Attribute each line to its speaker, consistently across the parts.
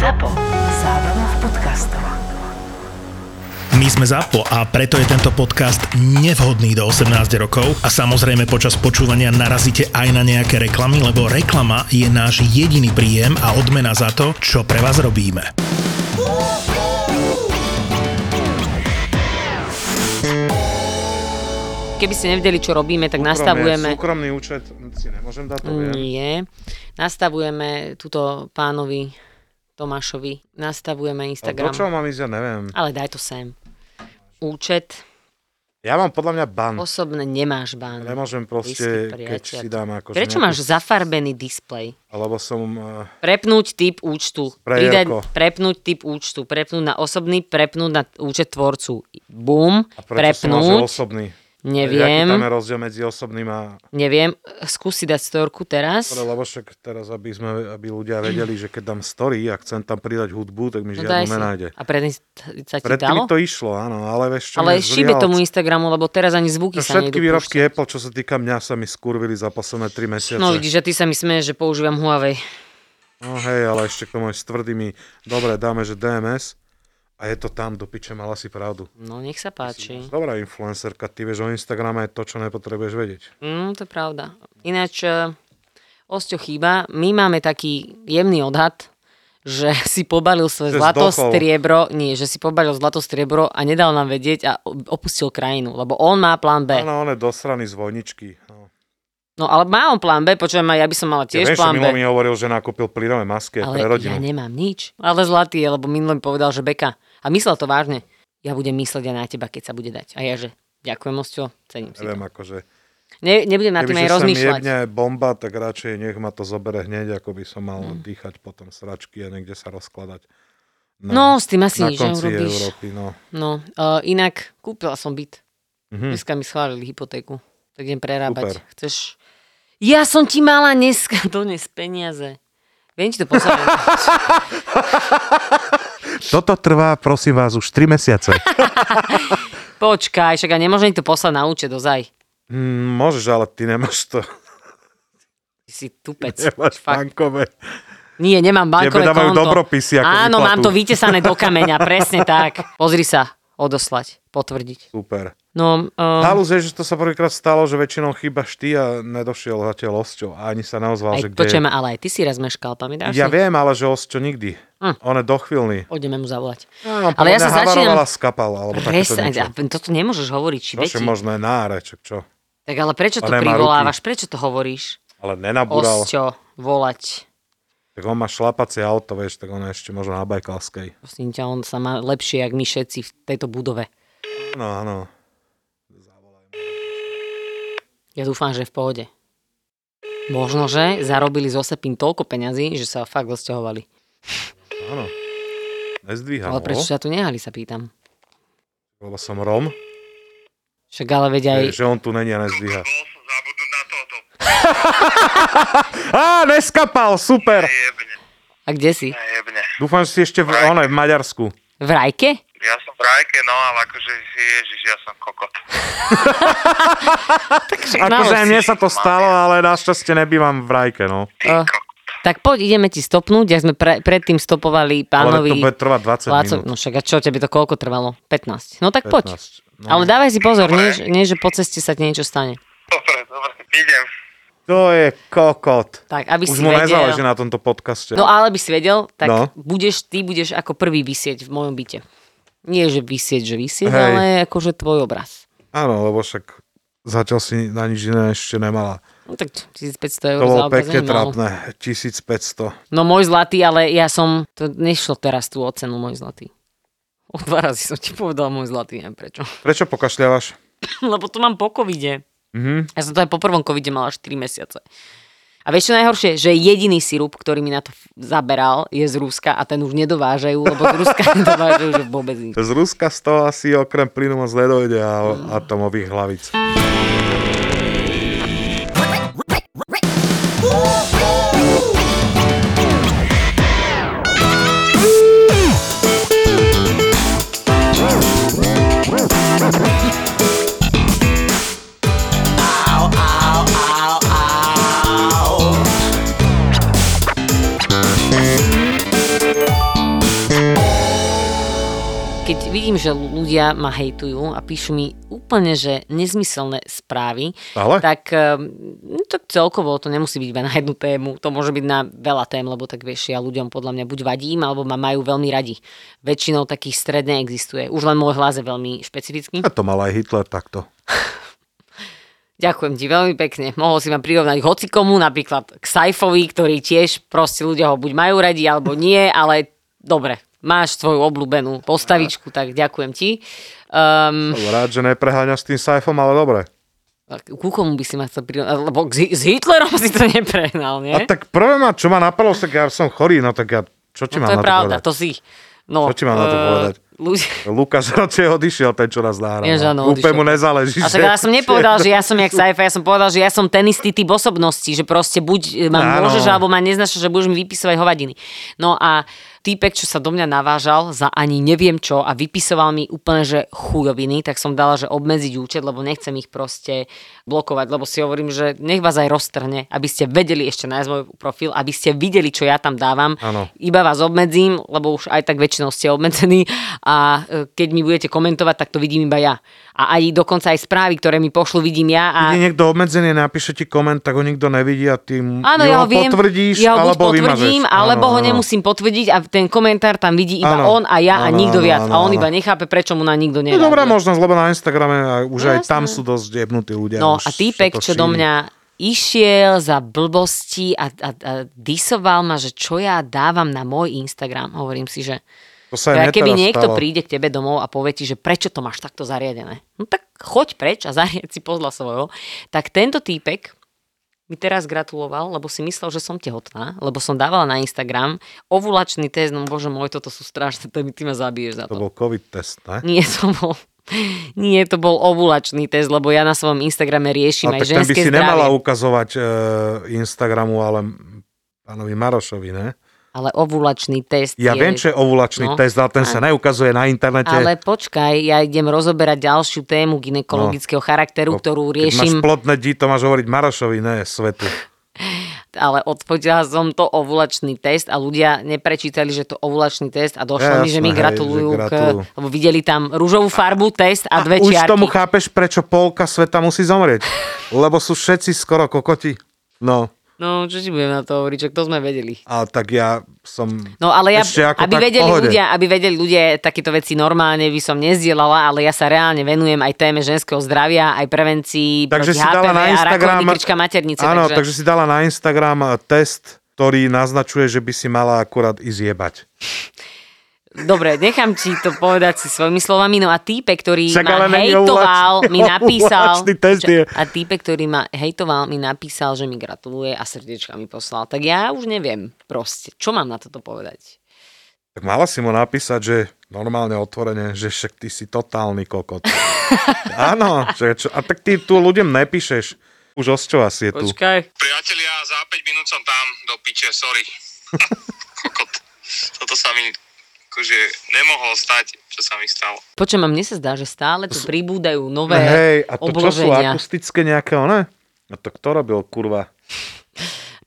Speaker 1: ZAPO. Zábrná v podcastov.
Speaker 2: My sme ZAPO a preto je tento podcast nevhodný do 18 rokov a samozrejme počas počúvania narazíte aj na nejaké reklamy, lebo reklama je náš jediný príjem a odmena za to, čo pre vás robíme.
Speaker 3: Keby ste nevedeli, čo robíme, tak nastavujeme...
Speaker 4: Súkromný účet si nemôžem dať, to viem.
Speaker 3: Nie. Nastavujeme túto pánovi Tomášovi.
Speaker 4: Ale
Speaker 3: Nastavujeme
Speaker 4: do
Speaker 3: Instagram.
Speaker 4: čoho mám ísť, ja neviem.
Speaker 3: Ale daj to sem. Účet.
Speaker 4: Ja mám podľa mňa ban.
Speaker 3: Osobne nemáš bán.
Speaker 4: Nemôžem
Speaker 3: Blízky
Speaker 4: proste, keď
Speaker 3: priateľ.
Speaker 4: si dám akože...
Speaker 3: Prečo
Speaker 4: nejakú-
Speaker 3: máš zafarbený displej?
Speaker 4: Alebo som... eh,
Speaker 3: Prepnúť typ účtu.
Speaker 4: Sprejérko.
Speaker 3: prepnúť typ účtu. Prepnúť na osobný, prepnúť na účet tvorcu. Bum.
Speaker 4: A prečo som naozaj
Speaker 3: Prepnúť.
Speaker 4: osobný?
Speaker 3: Neviem.
Speaker 4: Jaký tam je rozdiel medzi osobným a...
Speaker 3: Neviem. Skúsi dať storku teraz.
Speaker 4: Dobre, Lebo však teraz, aby, sme, aby ľudia vedeli, že keď dám story a chcem tam pridať hudbu, tak mi
Speaker 3: No
Speaker 4: žiadnu
Speaker 3: daj si.
Speaker 4: nenájde.
Speaker 3: A predtým t- sa ti
Speaker 4: Predtým mi
Speaker 3: dalo?
Speaker 4: to išlo, áno, ale vieš čo
Speaker 3: Ale
Speaker 4: mňa
Speaker 3: šíbe
Speaker 4: zlyhalo?
Speaker 3: tomu Instagramu, lebo teraz ani zvuky sa
Speaker 4: Všetky
Speaker 3: nejdú
Speaker 4: výrobky
Speaker 3: púšťať.
Speaker 4: Apple, čo sa týka mňa, sa mi skurvili za posledné 3 mesiace.
Speaker 3: No vidíš, že ty sa mi smeješ, že používam Huawei.
Speaker 4: No hej, ale ešte k tomu aj s tvrdými, dobre, dáme, že DMS a je to tam, do piče, mala si pravdu.
Speaker 3: No nech sa páči.
Speaker 4: Dobrá influencerka, ty vieš o Instagrame to, čo nepotrebuješ vedieť.
Speaker 3: Mm, to je pravda. Ináč, e, Osťo chýba. My máme taký jemný odhad, že si pobalil
Speaker 4: Že
Speaker 3: svoje zlato,
Speaker 4: zdochol.
Speaker 3: striebro, nie, že si pobalil zlato, striebro a nedal nám vedieť a opustil krajinu, lebo on má plán B.
Speaker 4: Áno, on je dosraný z vojničky. No.
Speaker 3: No ale má on plán B, počujem, aj ja by som mala
Speaker 4: Ja viem,
Speaker 3: tiež
Speaker 4: že
Speaker 3: plán
Speaker 4: Milo
Speaker 3: B.
Speaker 4: mi hovoril, že nakúpil plynové maske
Speaker 3: Ale
Speaker 4: pre
Speaker 3: ja
Speaker 4: rodinu.
Speaker 3: nemám nič. Ale zlatý je, lebo minulý mi povedal, že beka. A myslel to vážne. Ja budem myslieť aj na teba, keď sa bude dať. A ja že, ďakujem, Osťo, cením si to.
Speaker 4: Neviem, akože...
Speaker 3: Ne, nebudem na tým
Speaker 4: Kebyže sa
Speaker 3: aj
Speaker 4: mi
Speaker 3: rozmýšľať.
Speaker 4: jebne bomba, tak radšej nech ma to zobere hneď, ako by som mal
Speaker 3: Mhm.
Speaker 4: dýchať potom sračky a niekde sa rozkladať.
Speaker 3: No, s tým asi
Speaker 4: na
Speaker 3: nič
Speaker 4: konci
Speaker 3: neurobíš.
Speaker 4: Európy, no.
Speaker 3: No, uh, inak kúpila som byt.
Speaker 4: Mhm.
Speaker 3: Dneska mi schválili hypotéku. Tak idem prerábať.
Speaker 4: Super.
Speaker 3: Chceš... Ja som ti mala dneska doniesť peniaze. Viem ti to poslať.
Speaker 4: Toto trvá, prosím vás, už 3 mesiace.
Speaker 3: Počkaj, však ja nemôžem ti to poslať na účet, ozaj.
Speaker 4: Mm, môžeš, ale ty nemáš to.
Speaker 3: Ty si tupec.
Speaker 4: Nemáš
Speaker 3: Fakt.
Speaker 4: bankové.
Speaker 3: Nie, nemám bankové
Speaker 4: Tebe dávajú
Speaker 3: konto.
Speaker 4: dobropisy ako
Speaker 3: Áno,
Speaker 4: výplatu.
Speaker 3: mám to vytesané do kameňa, presne tak. Pozri sa, odoslať, potvrdiť.
Speaker 4: Super.
Speaker 3: No, um,
Speaker 4: Halus je, že to sa prvýkrát stalo, že väčšinou chýbaš ty a nedošiel zatiaľ Osťo a ani sa neozval, že
Speaker 3: aj,
Speaker 4: kde
Speaker 3: počujem, ale aj ty si raz meškal, pamätáš
Speaker 4: Ja
Speaker 3: si?
Speaker 4: viem, ale že Osťo nikdy.
Speaker 3: Hm.
Speaker 4: On je dochvíľný.
Speaker 3: Ideme mu zavolať.
Speaker 4: No,
Speaker 3: Ale ja sa začínam...
Speaker 4: skapal, alebo takéto No,
Speaker 3: Presne,
Speaker 4: niečo.
Speaker 3: a toto nemôžeš hovoriť, či
Speaker 4: Čo si možno je náreček, čo?
Speaker 3: Tak ale prečo
Speaker 4: A
Speaker 3: to
Speaker 4: nemá
Speaker 3: privolávaš? Prečo to hovoríš?
Speaker 4: Ale nenabúral.
Speaker 3: Osťo, volať.
Speaker 4: Tak on má šlapacie auto, vieš, tak on je ešte možno na Bajkalskej.
Speaker 3: Prosím ťa, on sa má lepšie, jak my všetci v tejto budove.
Speaker 4: No, áno.
Speaker 3: Ja dúfam, že je v pohode. Možno, že zarobili z Osepín toľko peňazí, že sa fakt rozťahovali.
Speaker 4: Áno. Nezdvíham
Speaker 3: Ale prečo
Speaker 4: ho,
Speaker 3: sa tu nehali, sa pýtam.
Speaker 4: lebo som Rom.
Speaker 3: Však ale veď aj...
Speaker 4: Že on tu není a nezdvíha. Á, neskapal, super.
Speaker 5: Jebne,
Speaker 3: A kde si?
Speaker 5: jebne.
Speaker 4: Dúfam, že si ešte v, one, v Maďarsku.
Speaker 3: V rajke?
Speaker 5: Ja som v rajke, no ale akože, ježiš, ja som kokot.
Speaker 4: Akože aj
Speaker 3: naozaj.
Speaker 4: mne sa to stalo, ale našťastie nebývam v rajke, no.
Speaker 3: O, tak poď, ideme ti stopnúť, jak sme pre, predtým
Speaker 4: Ale
Speaker 3: stopovali pánovi...
Speaker 4: to bude trvať 20
Speaker 3: Láco,
Speaker 4: minút.
Speaker 3: no však a čo, tebe to koľko trvalo? 15. No tak poď.
Speaker 4: 15, no.
Speaker 3: Ale dávaj si pozor, nie, že- nie, že po ceste sa ti niečo stane.
Speaker 5: Dobre, dobre, idem.
Speaker 4: To je kokot.
Speaker 3: Tak, aby
Speaker 4: Už
Speaker 3: si
Speaker 4: mu
Speaker 3: vedel.
Speaker 4: nezáleží na tomto podcaste.
Speaker 3: No ale by si vedel, tak
Speaker 4: No.
Speaker 3: budeš, ty budeš ako prvý vysieť v mojom byte. Nie, že vysieť, že vysieť,
Speaker 4: Hej.
Speaker 3: ale akože tvoj obraz.
Speaker 4: Áno, lebo však zatiaľ si na nič iné ešte nemala.
Speaker 3: No tak 1500 eur
Speaker 4: To
Speaker 3: za
Speaker 4: bolo
Speaker 3: obraz
Speaker 4: pekne
Speaker 3: není málo.
Speaker 4: trápne. 1500.
Speaker 3: No môj zlatý, ale ja som, to nešlo teraz tú ocenu, môj zlatý. O dva razy som ti povedal môj zlatý, neviem prečo.
Speaker 4: Prečo pokašľavaš?
Speaker 3: Lebo to mám po covide.
Speaker 4: Mhm.
Speaker 3: Ja som to aj po prvom covide mala 4 mesiace. A vieš čo najhoršie? Že jediný sirup, ktorý mi na to f- zaberal, je z Ruska a ten už nedovážajú, lebo z Ruska nedovážajú že vôbec nič.
Speaker 4: Z Ruska z toho asi okrem plynu moc nedojde a
Speaker 3: Mm.
Speaker 4: atomových hlavic.
Speaker 3: keď vidím, že ľudia ma hejtujú a píšu mi úplne, že nezmyselné správy,
Speaker 4: Ale?
Speaker 3: tak, ehm, tak celkovo to nemusí byť iba na jednu tému, to môže byť na veľa tém, lebo tak vieš, ja ľuďom podľa mňa buď vadím, alebo ma majú veľmi radi. Väčšinou takých stredne existuje. Už len môj hlas je veľmi špecifický.
Speaker 4: A to mal aj Hitler takto.
Speaker 3: Ďakujem ti veľmi pekne. Mohol si ma prirovnať k hocikomu, napríklad k Saifovi, ktorý tiež proste ľudia ho buď majú radi, alebo nie, ale dobre, máš svoju obľúbenú postavičku, tak ďakujem ti. Um,
Speaker 4: Som rád, že nepreháňa s tým sajfom, ale dobre.
Speaker 3: ku komu by si ma chcel prirovnať? Lebo k Hi- s Hitlerom si to neprehnal, nie?
Speaker 4: A tak prvé ma, čo ma napadlo, tak ja som chorý, no tak ja, čo ti
Speaker 3: no,
Speaker 4: mám
Speaker 3: to je
Speaker 4: na to
Speaker 3: pravda,
Speaker 4: povedať?
Speaker 3: to si. No,
Speaker 4: Čo ti mám na to
Speaker 3: eh,
Speaker 4: povedať?
Speaker 3: Ľudia,
Speaker 4: Lukáš radšej odišiel, ten čo nás nahral.
Speaker 3: Vieš, áno,
Speaker 4: Úplne
Speaker 3: odišiel.
Speaker 4: mu nezáleží.
Speaker 3: A však
Speaker 4: že-
Speaker 3: ja som nepovedal, že ja som jak Saifa, ja som povedal, že ja som ten istý typ osobnosti, že proste buď ma
Speaker 4: Áno.
Speaker 3: môžeš, alebo ma neznášaš, že budeš mi vypisovať hovadiny. No a týpek, čo sa do mňa navážal za ani neviem čo a vypisoval mi úplne, že chujoviny, tak som dala, že obmedziť účet, lebo nechcem ich proste blokovať, lebo si hovorím, že nech vás aj roztrhne, aby ste vedeli ešte nájsť môj profil, aby ste videli, čo ja tam dávam.
Speaker 4: Áno.
Speaker 3: Iba vás obmedzím, lebo už aj tak väčšinou ste obmedzení a e, keď mi budete komentovať, tak to vidím iba ja. A aj dokonca aj správy, ktoré mi pošlu, vidím ja
Speaker 4: Keď
Speaker 3: a
Speaker 4: je niekto obmedzený, napíše ti koment, tak ho nikto nevidí a ty mu-
Speaker 3: Áno,
Speaker 4: ju
Speaker 3: ja ho viem,
Speaker 4: potvrdíš,
Speaker 3: ja ho buď
Speaker 4: alebo
Speaker 3: potvrdím,
Speaker 4: vymažeš.
Speaker 3: alebo
Speaker 4: Áno,
Speaker 3: ho
Speaker 4: áno.
Speaker 3: nemusím potvrdiť a ten komentár tam vidí iba
Speaker 4: Áno.
Speaker 3: on a ja a
Speaker 4: Áno,
Speaker 3: nikto
Speaker 4: áno,
Speaker 3: viac.
Speaker 4: áno,
Speaker 3: a on
Speaker 4: áno.
Speaker 3: iba nechápe, prečo mu na nikto
Speaker 4: To je
Speaker 3: nereaguje.
Speaker 4: dobrá možnosť, lebo na Instagrame a už aj
Speaker 3: No, Jasné.
Speaker 4: tam sú dosť jebnutí ľudia.
Speaker 3: No
Speaker 4: už
Speaker 3: a
Speaker 4: sa
Speaker 3: týpek,
Speaker 4: to
Speaker 3: čo do
Speaker 4: šíri.
Speaker 3: mňa išiel za blbosti a, a, a disoval ma, že čo ja dávam na môj Instagram, hovorím si, že
Speaker 4: To sa aj
Speaker 3: ja,
Speaker 4: mne
Speaker 3: keby
Speaker 4: teraz
Speaker 3: niekto
Speaker 4: stalo.
Speaker 3: príde k tebe domov a povie ti, že prečo to máš takto zariadené, no tak choď preč a zariad si podľa svojho, tak tento týpek mi teraz gratuloval, lebo si myslel, že som tehotná, lebo som dávala na Instagram ovulačný test, no bože môj, toto sú strašné, témy, ty ma zabiješ za
Speaker 4: To
Speaker 3: to.
Speaker 4: bol covid test, ne?
Speaker 3: Nie, to bol... Nie, to bol ovulačný test, lebo ja na svojom Instagrame riešim
Speaker 4: Ale
Speaker 3: aj
Speaker 4: No, tak ten by
Speaker 3: ženské
Speaker 4: si nemala
Speaker 3: zdravie.
Speaker 4: ukazovať e, Instagramu, ale pánovi Marošovi, ne?
Speaker 3: Ale ovulačný test
Speaker 4: Ja
Speaker 3: je...
Speaker 4: viem, čo je ovulačný
Speaker 3: no.
Speaker 4: test, ale ten sa neukazuje na internete.
Speaker 3: Ale počkaj, ja idem rozoberať ďalšiu tému ginekologického charakteru,
Speaker 4: No.
Speaker 3: ktorú
Speaker 4: Keď máš
Speaker 3: riešim
Speaker 4: plodné dí, to máš hovoriť Marošovi, ne svetu.
Speaker 3: ale odpočala som to ovulačný test a ľudia neprečítali, že to ovulačný test a došlo mi, že
Speaker 4: Jasné,
Speaker 3: mi
Speaker 4: hej,
Speaker 3: gratulujú,
Speaker 4: že gratulujú.
Speaker 3: K, lebo videli tam rúžovú farbu, test a, dve
Speaker 4: Už
Speaker 3: čiarky.
Speaker 4: tomu chápeš, prečo polka sveta musí zomrieť. Lebo sú všetci skoro kokoti. No,
Speaker 3: no, čo ti budem na to hovoriť, čo to sme vedeli.
Speaker 4: a tak ja som...
Speaker 3: No ale ja,
Speaker 4: ešte ako
Speaker 3: aby,
Speaker 4: tak v
Speaker 3: vedeli
Speaker 4: pohode.
Speaker 3: ľudia, aby vedeli ľudia, takéto veci normálne by som nezdielala, ale ja sa reálne venujem aj téme ženského zdravia, aj prevencii
Speaker 4: Takže
Speaker 3: proti
Speaker 4: si dala na
Speaker 3: HPV No, a rakoviny
Speaker 4: Instagram...
Speaker 3: krčka maternice.
Speaker 4: Áno, takže... si dala na Instagram eh, test, ktorý naznačuje, že by si mala akurát ísť jebať.
Speaker 3: Dobre, nechám ti to povedať si svojimi slovami. No a týpek, ktorý
Speaker 4: Však ale
Speaker 3: ma
Speaker 4: není
Speaker 3: hejtoval,
Speaker 4: ovulačný-
Speaker 3: mi napísal...
Speaker 4: ovulačný test je.
Speaker 3: a týpek, ktorý ma hejtoval, mi napísal, že mi gratuluje a srdiečka mi poslal. Tak ja už neviem proste, čo mám na toto povedať.
Speaker 4: Tak mala si mu napísať, že normálne otvorene, že však ty si totálny kokot. Áno, že čo, a tak ty tu ľuďom nepíšeš. Už osťo asi je tu.
Speaker 3: Počkaj.
Speaker 5: Priatelia, za 5 minút som tam, do piče, sorry. Kokot. Toto sa mi akože nemohol stať, čo sa mi stalo.
Speaker 3: Počujem, a mne sa zdá, že stále tu pribúdajú nové
Speaker 4: Hej, a to čo sú
Speaker 3: obloženia.
Speaker 4: akustické nejaké, ne? No to kto robil, kurva?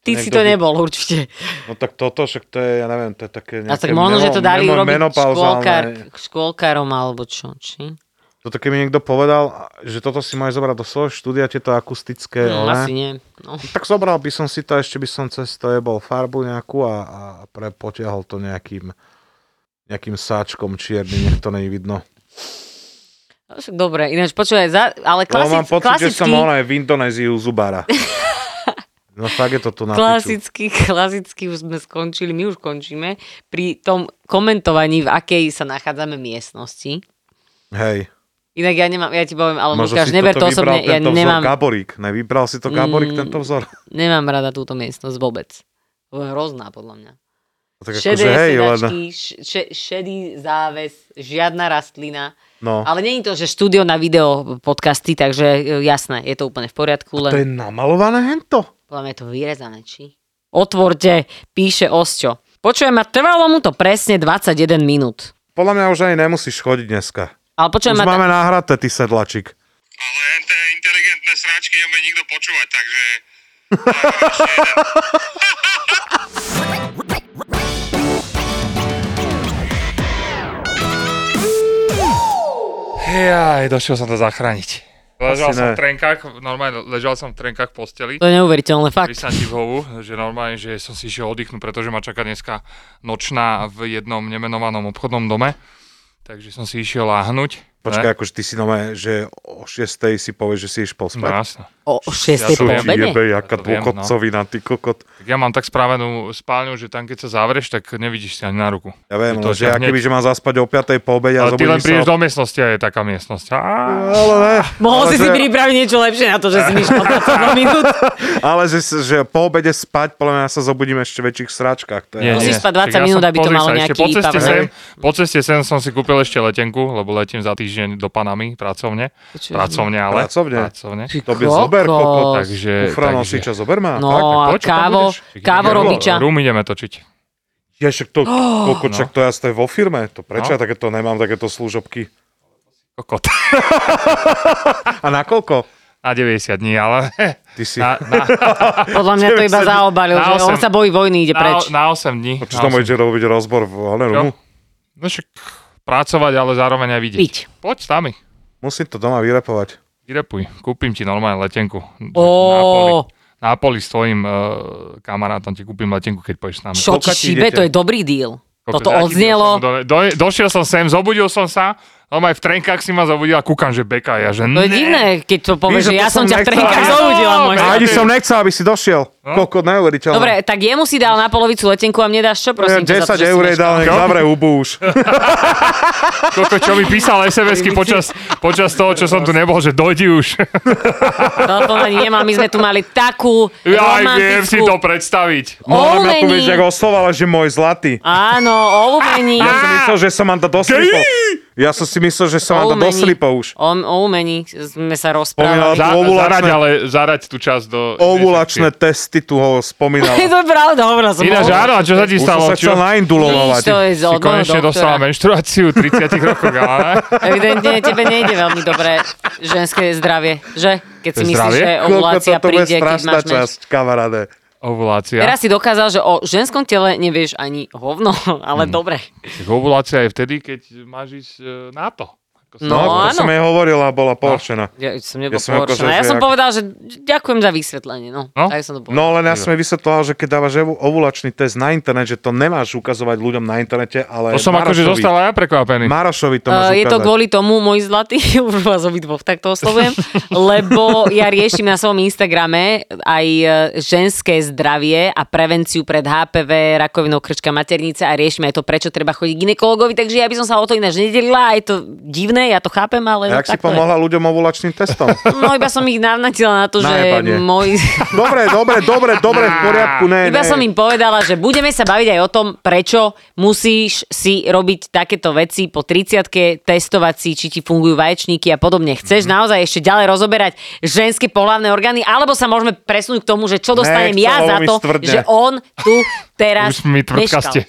Speaker 3: Ty si
Speaker 4: Niekto
Speaker 3: to
Speaker 4: by-
Speaker 3: nebol určite.
Speaker 4: No tak toto, však to je, ja neviem, to je také
Speaker 3: A
Speaker 4: nejaké
Speaker 3: tak možno, že to dali
Speaker 4: meno-
Speaker 3: robiť
Speaker 4: menopauzálne.
Speaker 3: škôlkar, škôlkarom alebo čo, či?
Speaker 4: Toto keby mi niekto povedal, že toto si máš zobrať do svojho štúdia, tieto akustické,
Speaker 3: No,
Speaker 4: ne?
Speaker 3: asi nie. No.
Speaker 4: Tak zobral by som si to, ešte by som cez to jebol farbu nejakú a, a pre, potiahol to nejakým, nejakým sáčkom čiernym, nech to nie je vidno.
Speaker 3: No, Však dobre, ináč počúvaj, za, ale
Speaker 4: Klasic,
Speaker 3: klasic,
Speaker 4: mám pocit,
Speaker 3: klasický,
Speaker 4: že som ono je v Indonézii u Zubára. No fakt je to tu na piču.
Speaker 3: klasicky, klasicky už sme skončili, my už končíme, pri tom komentovaní, v akej sa nachádzame miestnosti.
Speaker 4: Hej.
Speaker 3: Inak ja nemám, ja ti poviem, ale
Speaker 4: Možno si
Speaker 3: Lukáš, neber to
Speaker 4: toto vybral
Speaker 3: osobne, ja
Speaker 4: tento vzor
Speaker 3: nemám,
Speaker 4: Gaborík. Ne, vybral si to Gaborík,
Speaker 3: Mm.
Speaker 4: tento vzor.
Speaker 3: nemám rada túto miestnosť vôbec. Lebo je Hrozná podľa mňa.
Speaker 4: Tak akože,
Speaker 3: Šedé
Speaker 4: hej, len,
Speaker 3: sedačky, š- še- šedý záves, žiadna rastlina.
Speaker 4: no.
Speaker 3: Ale není to, že štúdio na video podcasty, takže e, jasné, je to úplne v poriadku,
Speaker 4: To je
Speaker 3: len
Speaker 4: namalované hento.
Speaker 3: podľa mňa je to vyrezané, či? Otvorte, píše Osťo. Počujem, a trvalo mu to presne 21 minút.
Speaker 4: Podľa mňa už ani nemusíš chodiť dneska.
Speaker 3: Ale počujem,
Speaker 4: Už
Speaker 3: ma...
Speaker 4: máme náhradte, ty sedlačík.
Speaker 5: Ale len tie inteligentné sráčky nebude nikto počúvať, takže...
Speaker 6: Jaj, došiel som to zachrániť. Ležal
Speaker 4: Asi
Speaker 6: som
Speaker 4: ne.
Speaker 6: v trenkách, normálne ležal som v trenkách v posteli.
Speaker 3: To je neuveriteľné, fakt.
Speaker 6: Prisám ti v hovu, že normálne, že som si išiel oddychnúť, pretože ma čaká dneska nočná v jednom nemenovanom obchodnom dome. Takže som si išiel láhnuť.
Speaker 4: Počkaj, akože ty si nome, že o 6 si povieš, že si ideš
Speaker 6: No
Speaker 4: pospať.
Speaker 6: jasno.
Speaker 3: O
Speaker 6: Ja
Speaker 3: 6.
Speaker 6: to
Speaker 3: po
Speaker 6: viem.
Speaker 3: obede?
Speaker 4: jebe, jaká
Speaker 6: To viem, no.
Speaker 4: dôchodcovina, ty kokot.
Speaker 6: Tak ja mám tak správenú spálňu, že tam keď sa zavreš, tak nevidíš si ani na ruku.
Speaker 4: Ja viem,
Speaker 6: Je
Speaker 4: no,
Speaker 6: to
Speaker 4: že ja
Speaker 6: hneď-
Speaker 4: keby, že mám zaspať o 5 po obede a
Speaker 6: Ale ty
Speaker 4: zobudím
Speaker 6: len prídeš
Speaker 4: sa...
Speaker 6: do miestnosti a je taká miestnosť. Á,
Speaker 4: Ale, ne,
Speaker 3: Mohol
Speaker 4: ale
Speaker 3: si si
Speaker 4: že,
Speaker 3: pripraviť niečo lepšie na to, že si mi išiel na 2 minút.
Speaker 4: Ale že, že po obede spať, podľa mňa sa zobudím ešte v väčších sračkách. To je
Speaker 6: Nie,
Speaker 4: asi-
Speaker 3: Musíš
Speaker 6: nie.
Speaker 3: spať 20
Speaker 6: Tak ja
Speaker 3: minút,
Speaker 6: som-
Speaker 3: aby to
Speaker 6: pozri
Speaker 3: malo
Speaker 6: sa, ešte
Speaker 3: nejaký
Speaker 6: po ceste,
Speaker 3: výpar,
Speaker 6: sem,
Speaker 3: hej?
Speaker 6: po ceste sem som si kúpil ešte letenku, lebo letím za týždeň do Panamy pracovne.
Speaker 3: Počujem.
Speaker 6: Pracovne ale.
Speaker 4: Pracovne?
Speaker 6: pracovne.
Speaker 3: Ty
Speaker 4: To by zober,
Speaker 3: kokos.
Speaker 4: kokot,
Speaker 6: Takže,
Speaker 4: Kufra nosiča, zober ma.
Speaker 3: No
Speaker 4: tak, tak,
Speaker 3: a
Speaker 4: poď, čo tam
Speaker 3: kávo,
Speaker 4: budeš?
Speaker 3: kávo
Speaker 4: Jedlo.
Speaker 3: robiča.
Speaker 6: Rum ideme točiť.
Speaker 4: Ja však to,
Speaker 3: No.
Speaker 4: koľko, čak to ja stojím vo firme, to prečo
Speaker 6: No.
Speaker 4: ja takéto nemám, takéto služobky.
Speaker 6: Kokot.
Speaker 4: A nakoľko?
Speaker 6: Na 90 dní, ale
Speaker 4: Ty si,
Speaker 6: na, na,
Speaker 3: Podľa mňa to iba zaobalil,
Speaker 6: Na
Speaker 3: že on
Speaker 6: osem-
Speaker 3: sa bojí vojny, ide
Speaker 6: na,
Speaker 3: preč.
Speaker 6: na 8 dní.
Speaker 4: čo
Speaker 6: na
Speaker 4: tam
Speaker 6: osem-
Speaker 4: ide robiť rozbor v Honerumu?
Speaker 6: Čo? No však pracovať, ale zároveň aj vidieť.
Speaker 3: Piť.
Speaker 6: Poď s nami.
Speaker 4: Musím to doma vyrepovať.
Speaker 6: Vyrepuj. Kúpim ti normálne letenku. Na poli.
Speaker 3: Ó,
Speaker 6: Na poli s tvojim uh, kamarátom ti kúpim letenku, keď pôjdeš s nami.
Speaker 3: čo ti
Speaker 4: Koľka ti
Speaker 3: šíbe,
Speaker 4: idete?
Speaker 3: to je dobrý deal.
Speaker 6: Kokos,
Speaker 3: Toto
Speaker 6: aký deal som
Speaker 3: odznelo,
Speaker 6: Do, do, došiel som sem, zobudil som sa, no aj v trenkách si ma zobudil a kúkam, že beka ja, že
Speaker 3: to je
Speaker 6: ne.
Speaker 3: divné, keď to povieš,
Speaker 4: Vieš,
Speaker 3: že
Speaker 4: že
Speaker 3: ja
Speaker 4: to som
Speaker 3: som ťa v
Speaker 4: nechcel.
Speaker 3: trenkách
Speaker 6: Ja-
Speaker 3: zobudila možno.
Speaker 4: A ani
Speaker 6: ty- No.
Speaker 4: som nechcel, aby si došiel. Koľko, neuveriteľné.
Speaker 3: Dobre, tak jemu si dal na polovicu letenku a mne dáš čo,
Speaker 4: Ja
Speaker 3: prosím?
Speaker 4: 10
Speaker 3: ťa, za to, že si
Speaker 4: eur je
Speaker 3: meškal?
Speaker 4: dal, nech
Speaker 6: Čo?
Speaker 4: zavre hubu už.
Speaker 6: Koko, čo mi písal SMS-ky počas, počas toho, čo som tu nebol, že dojdi už.
Speaker 3: Telefonovaní No, nemám, my sme tu mali takú
Speaker 6: Ja aj viem si to
Speaker 3: romantickú...
Speaker 6: predstaviť.
Speaker 4: No, Ale ma tu vieš,
Speaker 3: Olení.
Speaker 4: ako oslovala, že môj zlatý.
Speaker 3: Áno, olumení.
Speaker 4: Ja som myslel, že som mám to do slipov. Ja som si myslel, že som mám to do
Speaker 3: Olmeni.
Speaker 4: slipov už.
Speaker 3: O, o umení sme sa
Speaker 4: Spomínala
Speaker 3: rozprávali.
Speaker 4: to-
Speaker 6: Za,
Speaker 4: Ovulačné-
Speaker 6: zaraď, ale zaraď tú časť do...
Speaker 4: Ovulačné testy tu ho spomínal.
Speaker 3: to je pravda, hovorila som.
Speaker 6: Ináč,
Speaker 3: o-
Speaker 6: áno, a čo sa ti
Speaker 4: Už som
Speaker 6: stalo?
Speaker 4: sa
Speaker 6: Čo?
Speaker 4: chcel naindulovať.
Speaker 3: Nič, to je z od
Speaker 6: Si
Speaker 3: môjho
Speaker 6: konečne dostala
Speaker 3: doktora.
Speaker 6: menštruáciu v 30 rokoch, ale...
Speaker 3: Evidentne tebe nejde veľmi dobré ženské zdravie, že? Keď si
Speaker 6: To je
Speaker 3: myslíš,
Speaker 6: zdravie?
Speaker 3: že
Speaker 4: Koľko
Speaker 3: ovulácia
Speaker 4: toto bude
Speaker 3: príde, keď
Speaker 4: strašná
Speaker 3: máš menš.
Speaker 4: časť, kamaráde.
Speaker 6: Ovulácia.
Speaker 3: Teraz si dokázal, že o ženskom tele nevieš ani hovno, ale dobre.
Speaker 6: Tak Ovulácia je vtedy, keď máš ísť e, na to. Ako
Speaker 3: No,
Speaker 6: sa-
Speaker 4: No, to
Speaker 3: áno.
Speaker 4: som jej hovorila a bola porčená.
Speaker 3: Ja som nebol
Speaker 4: Ja som ako,
Speaker 3: pohoršená.
Speaker 4: že-
Speaker 3: Ja
Speaker 4: že
Speaker 3: som
Speaker 4: ak-
Speaker 3: povedal, že ďakujem za vysvetlenie. No,
Speaker 6: No.
Speaker 3: tak som to povedal.
Speaker 4: No len ja som jej vysvetloval, že keď dávaš evu- ovulačný test na internet, že to nemáš ukazovať ľuďom na internete, ale
Speaker 6: To som akože
Speaker 4: Marošovi.
Speaker 6: zostal aj ja prekvapený.
Speaker 4: Marošovi to máš
Speaker 3: Uh, je to
Speaker 4: ukázať.
Speaker 3: kvôli tomu, môj zlatý, už vás obidvoch takto oslovujem, lebo ja riešim na svojom Instagrame aj e, ženské zdravie a prevenciu pred HPV, rakovinou krčka maternice a riešime aj to, prečo treba chodiť k ginekologovi, takže ja by som sa o to ináč nedelila, je to divné, ja to chápem, ale
Speaker 4: A Jak si
Speaker 3: takto je.
Speaker 4: pomohla ľuďom ovulačným testom?
Speaker 3: No iba som ich navnatila na to, že
Speaker 4: Najebanie.
Speaker 3: môj...
Speaker 4: Dobre, dobre, dobre, dobre, v poriadku, ne,
Speaker 3: Iba
Speaker 4: ne.
Speaker 3: som im povedala, že budeme sa baviť aj o tom, prečo musíš si robiť takéto veci po 30 testovať si, či ti fungujú vaječníky a podobne.
Speaker 4: Mhm.
Speaker 3: Chceš naozaj ešte ďalej rozoberať ženské pohlavné orgány, alebo sa môžeme presunúť k tomu, že čo dostanem
Speaker 4: Nech to
Speaker 3: ja za
Speaker 4: veľmi
Speaker 3: to,
Speaker 4: stvrdne.
Speaker 3: že on tu teraz
Speaker 6: Už mi
Speaker 3: meškal.
Speaker 6: tvrdkaste.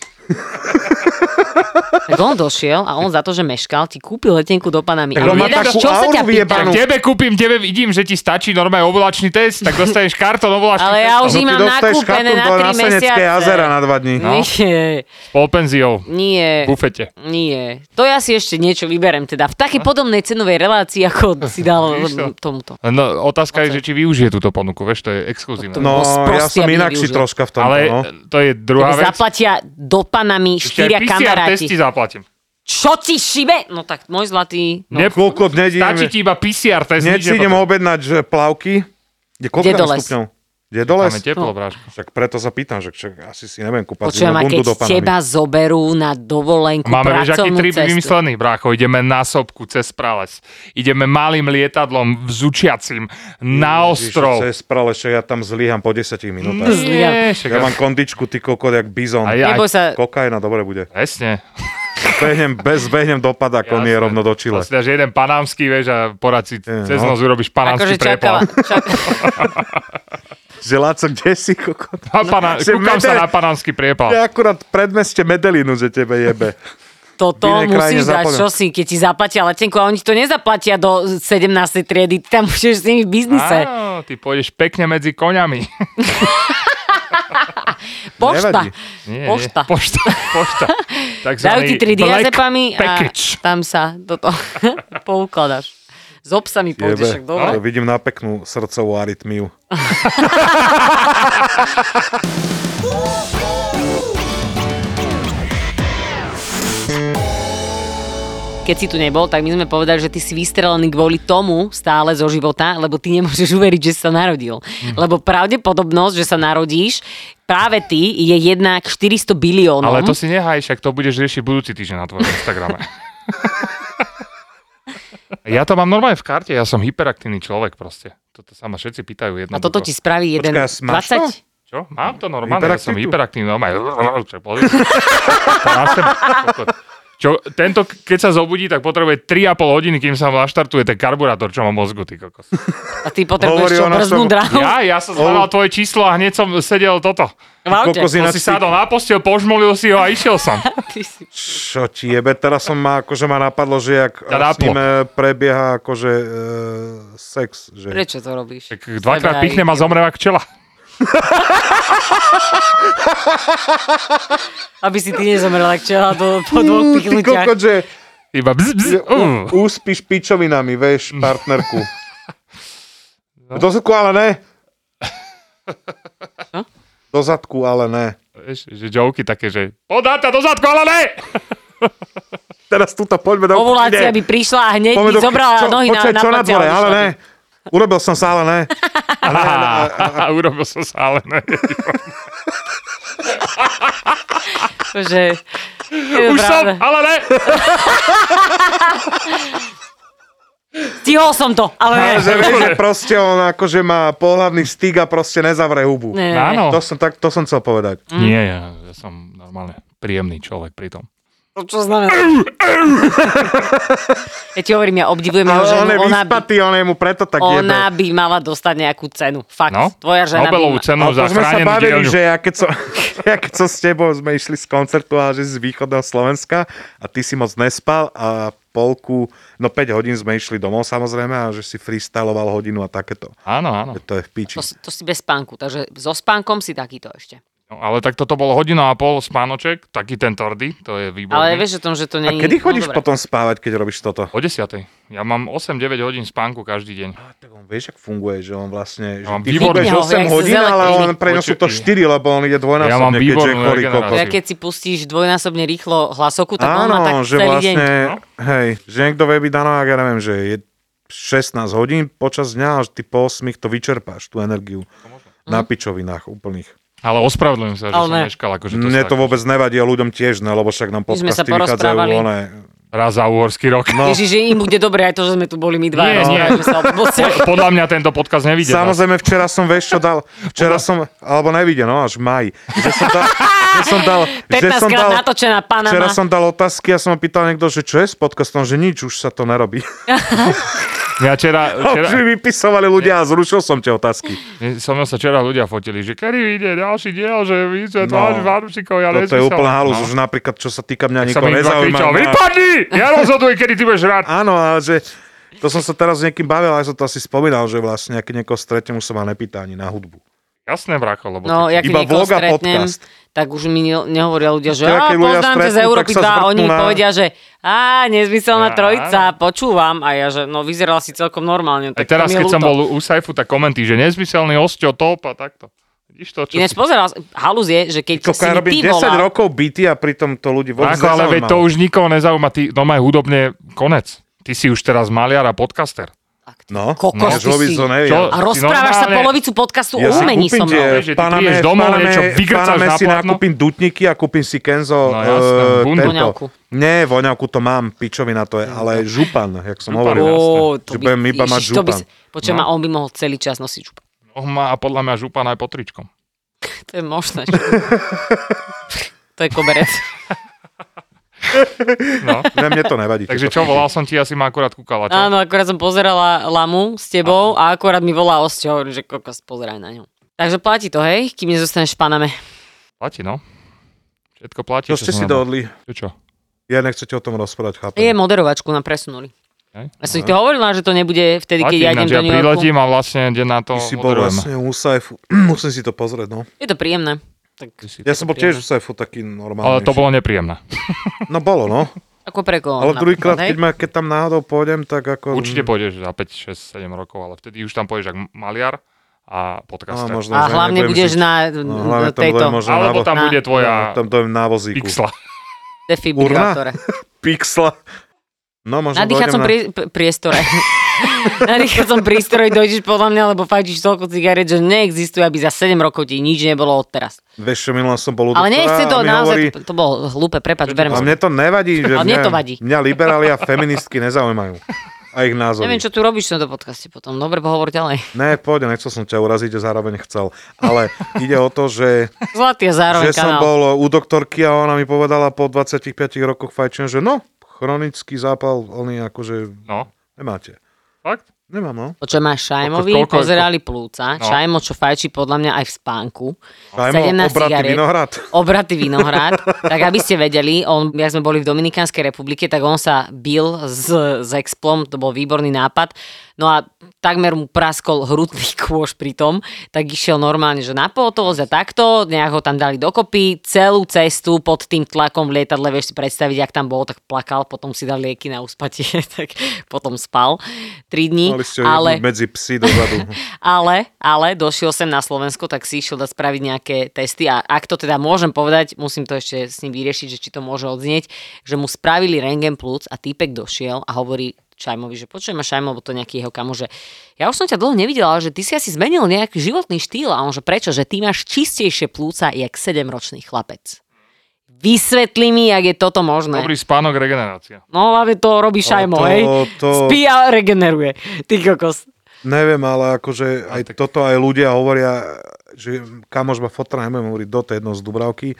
Speaker 3: Tak on došiel a on za to, že meškal, ti kúpil letenku do Panamy.
Speaker 4: Tak
Speaker 3: a
Speaker 4: on má
Speaker 3: nedáš,
Speaker 4: takú
Speaker 3: čo sa
Speaker 4: auru
Speaker 3: ťa
Speaker 4: vyjebanú.
Speaker 3: pýtam?
Speaker 6: Tebe kúpim, tebe vidím, že ti stačí normálne ovulačný test, tak dostaneš kartón ovulačný
Speaker 3: Ale ja už
Speaker 6: test
Speaker 4: No, ty
Speaker 3: im mám
Speaker 4: dostaneš škatulku
Speaker 3: nakúpené na
Speaker 4: do
Speaker 3: 3
Speaker 4: Nasenecké
Speaker 3: mesiace.
Speaker 4: jazera na dva dní.
Speaker 6: No.
Speaker 3: Nie,
Speaker 6: s polpenziou v
Speaker 3: nie.
Speaker 6: bufete.
Speaker 3: Nie, to ja si ešte niečo vyberem, teda v takej podobnej cenovej relácii, ako si dal
Speaker 6: No. Vidíš to?
Speaker 3: tomuto.
Speaker 6: No, otázka je, že či využije túto ponuku, vieš, to je exkluzívne.
Speaker 3: To-
Speaker 4: No, ja
Speaker 3: Sprostia
Speaker 4: som
Speaker 3: by
Speaker 4: inakší
Speaker 3: využil.
Speaker 4: troška v tom.
Speaker 6: Ale
Speaker 4: no.
Speaker 6: to je druhá
Speaker 3: Tebe
Speaker 6: vec.
Speaker 3: zaplatia dopanami
Speaker 6: Ešte aj
Speaker 3: štyria
Speaker 6: PCR
Speaker 3: kamaráti.
Speaker 6: testy zaplatím.
Speaker 3: Čo ti šibe? No tak, môj zlatý, no,
Speaker 6: Ne-
Speaker 4: Koľko dne
Speaker 6: Stačí ti iba PCR test.
Speaker 4: Hneď
Speaker 6: nič
Speaker 4: si idem
Speaker 6: nepotrebuješ.
Speaker 4: objednať že plavky. Je koľko
Speaker 3: Kde
Speaker 4: tam
Speaker 3: doles?
Speaker 4: stupňov? Kde doles?
Speaker 6: Máme teplo, bráško.
Speaker 4: Však preto sa pýtam, že čak, asi si neviem kúpať
Speaker 3: počujem,
Speaker 4: zimnú
Speaker 3: a
Speaker 4: bundu do
Speaker 3: keď
Speaker 4: Panamy.
Speaker 3: teba zoberú na dovolenku,
Speaker 6: Máme vieš, aký
Speaker 3: pracovnú
Speaker 6: trip
Speaker 3: cestu.
Speaker 6: vymyslený, brácho. Ideme na sopku cez prales. Ideme malým lietadlom vzúčiacim na ostrov.
Speaker 4: Ježiš, cez prales, však ja tam zlyham po 10 minútach.
Speaker 6: Nie, však
Speaker 4: Ja mám kondičku, ty kokot, jak bizon.
Speaker 6: A ja-
Speaker 3: Neboj sa,
Speaker 4: Kokajna, dobre bude.
Speaker 6: Presne.
Speaker 4: Behnem bez, behnem do padáku, nie rovno do Chile.
Speaker 6: Vlastne, že jeden panámsky, vieš, a porad si
Speaker 4: Je,
Speaker 6: cez
Speaker 4: no.
Speaker 6: noc urobíš panámsky
Speaker 3: akože
Speaker 6: preplav.
Speaker 3: čakala, čak,
Speaker 4: Že Láco, kde si, kokot?
Speaker 6: Na pana-
Speaker 4: Že
Speaker 6: Kúkam sa
Speaker 4: medel-
Speaker 6: na
Speaker 4: Ja
Speaker 6: panámsky prieplav.
Speaker 4: akurát v predmeste Medelinu, že tebe jebe.
Speaker 3: toto
Speaker 4: V inej krajine
Speaker 3: musíš dať,
Speaker 4: zapadám.
Speaker 3: čo si, keď ti zaplatia letenku a oni ti to nezaplatia do 17. triedy, ty tam budeš s nimi v biznise.
Speaker 6: Áno, ty pôjdeš pekne medzi koňami.
Speaker 3: Pošta.
Speaker 4: Nevadí.
Speaker 6: Nie,
Speaker 3: Pošta.
Speaker 6: Nie, pošta, pošta. Takzvaný
Speaker 3: Dajú ti tri
Speaker 6: black
Speaker 3: diazepamy a
Speaker 6: package.
Speaker 3: tam sa toto poukladaš. S obsami
Speaker 4: Jebe.
Speaker 3: pôjdeš, však dobre.
Speaker 4: To vidím na peknú srdcovú arytmiu.
Speaker 3: Keď si tu nebol, tak my sme povedali, že ty si vystrelený kvôli tomu stále zo života, lebo ty nemôžeš uveriť, že si sa narodil.
Speaker 6: Mhm.
Speaker 3: Lebo pravdepodobnosť, že sa narodíš, práve ty je jedna k 400 biliónom.
Speaker 6: Ale to si nehaj, však to budeš riešiť budúci týždeň na tvojom Instagrame. ja to mám normálne v karte, ja som hyperaktívny človek proste. Toto sa ma všetci pýtajú
Speaker 3: A
Speaker 6: jedno.
Speaker 3: toto ti spraví jeden
Speaker 4: Počkaj, a smáš to?
Speaker 3: 20...
Speaker 6: Čo? Mám to normálne, ja som
Speaker 4: Hyperaktivitu?
Speaker 6: hyperaktívny. Normálne. Čo, pozri. To na seba, kokot. Čo, tento, keď sa zobudí, tak potrebuje 3,5 hodiny, kým sa mu naštartuje ten karburátor, čo má mozgu, ty kokos.
Speaker 3: A ty potrebuješ
Speaker 4: Hovorí
Speaker 3: čo,
Speaker 4: ona
Speaker 3: brznú
Speaker 4: som-
Speaker 3: drahu?
Speaker 6: Ja, ja som zbadal tvoje číslo a hneď som sedel toto.
Speaker 3: V aute.
Speaker 4: kokos
Speaker 6: Som
Speaker 4: Ináč
Speaker 6: si
Speaker 4: ty-
Speaker 6: sadol na postel, požmolil si ho a išiel som.
Speaker 3: Ty si-
Speaker 4: Čo ti jebe? Teraz som ma, akože ma napadlo, že ak
Speaker 6: Ťa
Speaker 4: s ním e, prebieha akože e, sex. Že...
Speaker 3: Prečo to robíš?
Speaker 6: Tak Dvakrát pichnem a
Speaker 3: Sebraj.
Speaker 6: zomrem ako včela.
Speaker 3: Aby si ty nezomrel, ak čo, do, po dvoch
Speaker 4: Mm, Ty
Speaker 3: pichnutiach.
Speaker 4: kokot, že
Speaker 6: Iba bz, bz,
Speaker 4: Mm.
Speaker 6: uh.
Speaker 4: úspíš pičovinami, vieš, partnerku. Do zadku ale ne. Do zadku ale ne.
Speaker 6: Vieš, že joky také, že podá ťa do zadku, ale ne!
Speaker 4: Teraz túto poďme do
Speaker 3: Ovulácia by
Speaker 4: kuchyne.
Speaker 3: prišla a hneď
Speaker 4: Poďme
Speaker 3: by
Speaker 4: do-
Speaker 3: zobrala
Speaker 4: čo,
Speaker 3: nohy
Speaker 4: počkaj,
Speaker 3: na,
Speaker 4: čo na
Speaker 3: pleci a
Speaker 4: dvore, ale
Speaker 3: odišla
Speaker 4: ne.
Speaker 3: by.
Speaker 4: Urobil som sa, ale ne. Ale ne, ale-
Speaker 6: A urobil som sa, ale ne.
Speaker 3: Že, je
Speaker 6: Už som,
Speaker 3: pravda.
Speaker 6: ale ne!
Speaker 3: Stihol som to, ale ne.
Speaker 4: ale že vieš, že proste on akože má pohľadný styk a proste nezavre hubu.
Speaker 3: Ne, ne, ne.
Speaker 6: Áno.
Speaker 4: To som, tak, to som chcel povedať.
Speaker 3: Hm?
Speaker 6: Nie, ja, ja som normálne príjemný človek pri tom.
Speaker 3: To čo znamená? ja ti hovorím, ja obdivujem jeho
Speaker 4: Ale on
Speaker 3: ženu.
Speaker 4: je
Speaker 3: Ona by,
Speaker 4: vyspatý, on je mu preto tak jebe.
Speaker 3: ona by mala dostať nejakú cenu. Fakt.
Speaker 6: No,
Speaker 3: Tvoja žena by ma...
Speaker 6: Nobelovú cenu
Speaker 4: Ale
Speaker 6: za
Speaker 4: No, to sme sa
Speaker 6: chránenú
Speaker 4: bavili,
Speaker 6: No, dielňu.
Speaker 4: že ja keď, som, ja keď som s tebou sme išli z koncertu a že z východného Slovenska a ty si moc nespal a polku, no 5 hodín sme išli domov samozrejme a že si freestyloval hodinu a takéto.
Speaker 6: Áno, áno.
Speaker 4: Že To je v piči.
Speaker 3: To, si- to si bez spánku, takže so spánkom si takýto ešte.
Speaker 6: No, ale tak toto bolo hodina a pol spánoček, taký ten tvrdý, to je výborný.
Speaker 3: Ale vieš o tom, že to
Speaker 4: A
Speaker 3: nie
Speaker 4: kedy chodíš
Speaker 3: no, dobre.
Speaker 4: potom spávať, keď robíš toto?
Speaker 6: O 10. Ja mám 8-9 hodín spánku každý deň.
Speaker 4: A tak on vieš, ak funguje, že on vlastne... Že
Speaker 6: Ja mám
Speaker 4: ty
Speaker 6: výborný-
Speaker 4: funguješ
Speaker 3: Vypne ho,
Speaker 4: 8
Speaker 3: jak sa
Speaker 4: hodín, ale on
Speaker 3: zelený.
Speaker 4: prenosú to
Speaker 6: Počuj,
Speaker 4: 4, lebo on ide dvojnásobne,
Speaker 6: Ja mám
Speaker 4: keďže je
Speaker 6: výbornú
Speaker 4: chorý
Speaker 6: regeneráciu.
Speaker 4: kokos.
Speaker 3: Ja keď si pustíš dvojnásobne rýchlo hlasoku, tak on má tak
Speaker 4: Áno, že
Speaker 3: celý deň.
Speaker 4: vlastne,
Speaker 6: deň.
Speaker 4: hej, že niekto vie byť daná, ja neviem, že je 16 hodín počas dňa, až ty po 8 to vyčerpáš, tú energiu. Na
Speaker 3: Mhm.
Speaker 4: pičovinách úplných.
Speaker 6: Ale ospravedlňujem sa, že
Speaker 3: Ale
Speaker 6: som
Speaker 3: ne.
Speaker 6: meškal. Akože to
Speaker 4: Mne
Speaker 6: sa-
Speaker 4: to vôbec nevadí a ľuďom tiež ne, lebo však nám
Speaker 3: My sme sa
Speaker 4: podcasty vychádzajú
Speaker 3: porozprávali.
Speaker 4: one.
Speaker 6: Raz za úhorský rok.
Speaker 4: No.
Speaker 3: Ježiš, že im bude dobre aj to, že sme tu boli my dva.
Speaker 6: Nie, nie.
Speaker 3: rozprávali sme sa o blbostiach.
Speaker 6: Podľa mňa tento podcast nevidie. no.
Speaker 4: Samozrejme, včera som, vieš čo dal, včera som, alebo nevidie, no až v maji, že som dal, že som dal, že
Speaker 3: 15
Speaker 4: som
Speaker 3: krát
Speaker 4: dal,
Speaker 3: natočená Panama.
Speaker 4: včera som dal otázky a som ma pýtal niekto, že čo je s podcastom, že nič, už sa to nerobí.
Speaker 6: Ja včera, včera,
Speaker 4: Už mi vypisovali ľudia a zrušil som tie otázky.
Speaker 6: so mnou sa včera ľudia fotili, že kedy vyjde ďalší diel, že vyjde
Speaker 4: No.
Speaker 6: no, fanúšikov, ja
Speaker 4: Toto je
Speaker 6: nesmysel.
Speaker 4: úplná halus, no. už napríklad, čo sa týka mňa, nikoho
Speaker 6: Som im iba
Speaker 4: nezaujíma.
Speaker 6: kričal,
Speaker 4: mňa-
Speaker 6: vypadni! Ja rozhoduj, kedy ty budeš rád.
Speaker 4: Áno, ale že to som sa teraz s niekým bavil, aj som to asi spomínal, že vlastne, keď niekoho stretnem, už sa ma nepýta ani na hudbu.
Speaker 6: Jasné, bracho, lebo...
Speaker 3: No,
Speaker 4: Iba
Speaker 3: ja keď niekoho
Speaker 4: vlog a
Speaker 3: stretnem,
Speaker 4: podcast.
Speaker 3: tak už mi ne- nehovoria ľudia, že
Speaker 4: Teda,
Speaker 3: a
Speaker 4: keď ľudia
Speaker 3: poznám ťa z
Speaker 4: stretnú,
Speaker 3: Európy
Speaker 4: tak sa
Speaker 3: 2 a oni mi
Speaker 4: zvrknú na-
Speaker 3: povedia, že a nezmyselná
Speaker 6: Á.
Speaker 3: trojica, počúvam a ja, že no vyzeral si celkom normálne.
Speaker 6: Aj
Speaker 3: Tak to
Speaker 6: teraz,
Speaker 3: mi je
Speaker 6: keď som
Speaker 3: ľúto.
Speaker 6: bol u Saifu, tak komenty, že nezmyselný osťo, top a takto. Vidíš to, čo...
Speaker 3: Ináč pozeral, halus je, že
Speaker 4: Koko,
Speaker 3: keď si
Speaker 4: ja
Speaker 3: mi ty
Speaker 4: robím 10
Speaker 3: volal,
Speaker 4: rokov byty a pritom to ľudí vôbec
Speaker 6: Ako, ale veď to
Speaker 4: nezaujímalo.
Speaker 6: už nikoho nezaujíma, ty doma je hudobne konec. Ty si už teraz maliar a podcaster.
Speaker 4: No,
Speaker 3: Kokos,
Speaker 4: no,
Speaker 3: ty si-
Speaker 4: to nevie.
Speaker 6: Čo?
Speaker 3: a rozprávaš
Speaker 6: Ty
Speaker 3: sa
Speaker 6: normálne-
Speaker 3: polovicu podcastu
Speaker 4: Ja
Speaker 3: o
Speaker 4: si
Speaker 3: umení
Speaker 4: kúpim
Speaker 3: som
Speaker 4: tie
Speaker 6: mnou, vieš, že ty
Speaker 4: v Paname,
Speaker 6: prídeš
Speaker 4: v
Speaker 6: domov,
Speaker 4: Paname-
Speaker 6: niečo
Speaker 4: v
Speaker 6: vygrcaš
Speaker 4: Paname
Speaker 6: na
Speaker 4: si
Speaker 6: plátno.
Speaker 4: nakúpim dutniky a kúpim si Kenzo.
Speaker 6: No jasné,
Speaker 4: eh,
Speaker 6: bundu.
Speaker 4: tento.
Speaker 3: Voňavku.
Speaker 4: Nie, voňavku to mám, pičovina to je, ale župan, jak som
Speaker 6: Župan,
Speaker 4: hovoril.
Speaker 6: jasné.
Speaker 3: Ó, to
Speaker 4: Že budem
Speaker 3: by,
Speaker 4: iba mať No.
Speaker 3: Ježiš, to by,
Speaker 4: župan.
Speaker 3: si- počujem, a on by mohol celý čas nosiť župan.
Speaker 6: Oh, má a podľa mňa župan aj po tričkom.
Speaker 3: To je možné. že- to je koberec.
Speaker 6: No.
Speaker 4: Ne, mne to nevadí.
Speaker 6: Takže
Speaker 4: tieto
Speaker 6: čo, volal som ti, asi ma akurát kúkala, čo?
Speaker 3: Áno, akorát som pozerala lamu s tebou a akorát mi volá osťa, hovorím, že kokos, pozeraj na ňu. Takže platí to, hej, kým nezostaneš v Paname.
Speaker 6: Platí, no. Všetko platí.
Speaker 4: Čo ste si
Speaker 6: som nabil.
Speaker 4: dohodli?
Speaker 6: Čo, čo?
Speaker 4: Ja nechcete o tom rozprávať, chápem.
Speaker 3: Je, moderovačku nám presunuli.
Speaker 6: Hej.
Speaker 3: Ja som ti to hovorila, že to nebude vtedy, keď
Speaker 6: Platí,
Speaker 3: ja idem
Speaker 6: ináč
Speaker 3: do
Speaker 6: ja
Speaker 3: New Yorku.
Speaker 6: priletím a vlastne deň na to
Speaker 4: Ty si bol
Speaker 6: moderujem.
Speaker 4: vlastne u Saifu. Musím si to pozrieť, no.
Speaker 3: Je to príjemné. Tak,
Speaker 4: Ja som bol tiež v sefu taký normálny.
Speaker 6: Ale to bolo nepríjemné.
Speaker 4: No bolo, no.
Speaker 3: ako prekoľ.
Speaker 4: Ale druhýkrát, keď, ma, keď tam náhodou pôjdem, tak ako...
Speaker 6: Určite pôjdeš za 5, 6, 7 rokov, ale vtedy už tam pôjdeš ako maliar a podcaster.
Speaker 4: Á, No, možno.
Speaker 3: A
Speaker 4: že
Speaker 3: hlavne
Speaker 4: nebudem
Speaker 3: budeš
Speaker 4: žiť.
Speaker 3: na
Speaker 4: No, hlavne tam
Speaker 3: tejto
Speaker 4: budem možno
Speaker 6: Alebo
Speaker 4: návo-
Speaker 6: tam
Speaker 3: Na-
Speaker 6: bude tvoja
Speaker 4: No, Tam dojem na vozíku.
Speaker 6: pixla.
Speaker 3: defibrilátora.
Speaker 4: Pixla. No, možno
Speaker 3: Na dýchacom
Speaker 4: dojdem
Speaker 3: pri, p- priestore. na dýchacom prístroji dojdeš podľa mňa, lebo fajčíš toľko cigaret, že neexistuje, aby za 7 rokov ti nič nebolo od teraz.
Speaker 4: Vieš čo, minulé som bol u
Speaker 3: Ale
Speaker 4: doktora
Speaker 3: nechce to,
Speaker 4: a mi
Speaker 3: naozaj,
Speaker 4: hovorí,
Speaker 3: to, to bolo hlúpe, prepač, berem
Speaker 4: A
Speaker 3: si.
Speaker 4: mne to nevadí, že
Speaker 3: Ale mne to vadí.
Speaker 4: mňa liberáli a feministky nezaujímajú. A ich názory.
Speaker 3: Neviem, čo tu robíš v tomto podcaste potom. Dobre, pohovor ďalej.
Speaker 4: Ne, poď, nechcel som ťa uraziť a zároveň chcel. Ale ide o to, že,
Speaker 3: Zlatý a zároveň
Speaker 4: že som
Speaker 3: kanál.
Speaker 4: bol u doktorky a ona mi povedala po 25 rokoch fajčenia, že no, chronický zápal, oni akože
Speaker 6: No,
Speaker 4: nemáte.
Speaker 6: fakt?
Speaker 4: Nemám, no.
Speaker 3: To, čo máš Šajmovi,
Speaker 6: Koľko- koľko-
Speaker 3: pozerali plúca.
Speaker 6: No.
Speaker 3: Šajmo, čo fajčí podľa mňa aj v spánku.
Speaker 4: Šajmo, obratý vinohrad.
Speaker 3: Obratý vinohrad. tak aby ste vedeli, on, jak sme boli v Dominikánskej republike, tak on sa bil s, s Explom, to bol výborný nápad. No a takmer mu praskol hrudný kôž pri tom, tak išiel normálne, že na pohotovosť a takto, nejak ho tam dali dokopy, celú cestu pod tým tlakom v lietadle, vieš si predstaviť, ak tam bol, tak plakal, potom si dal lieky na uspatie, tak potom spal 3 dní.
Speaker 4: Mali ste ho ale... medzi psy dozadu.
Speaker 3: Ale, ale došiel sem na Slovensko, tak si išiel dať spraviť nejaké testy a ak to teda môžem povedať, musím to ešte s ním vyriešiť, že či to môže odznieť, že mu spravili rengen plúc a týpek došiel a hovorí Šajmovi, že počujem ma Šajmo, lebo to je nejaký jeho kamo, že ja už som ťa dlho nevidela, že ty si asi zmenil nejaký životný štýl a on, že prečo, že ty máš čistejšie plúca jak 7-ročný chlapec. Vysvetli mi, jak je toto možné.
Speaker 6: Dobrý spánok, regenerácia.
Speaker 3: No hlavne to robí Šajmo,
Speaker 4: to-
Speaker 3: hej?
Speaker 4: to-
Speaker 3: Spí a regeneruje. Ty kokos.
Speaker 4: Neviem, ale akože aj
Speaker 6: tak-
Speaker 4: toto aj ľudia hovoria, že kamož ma fotra, nebudem hovoriť, do jedno z Dubravky.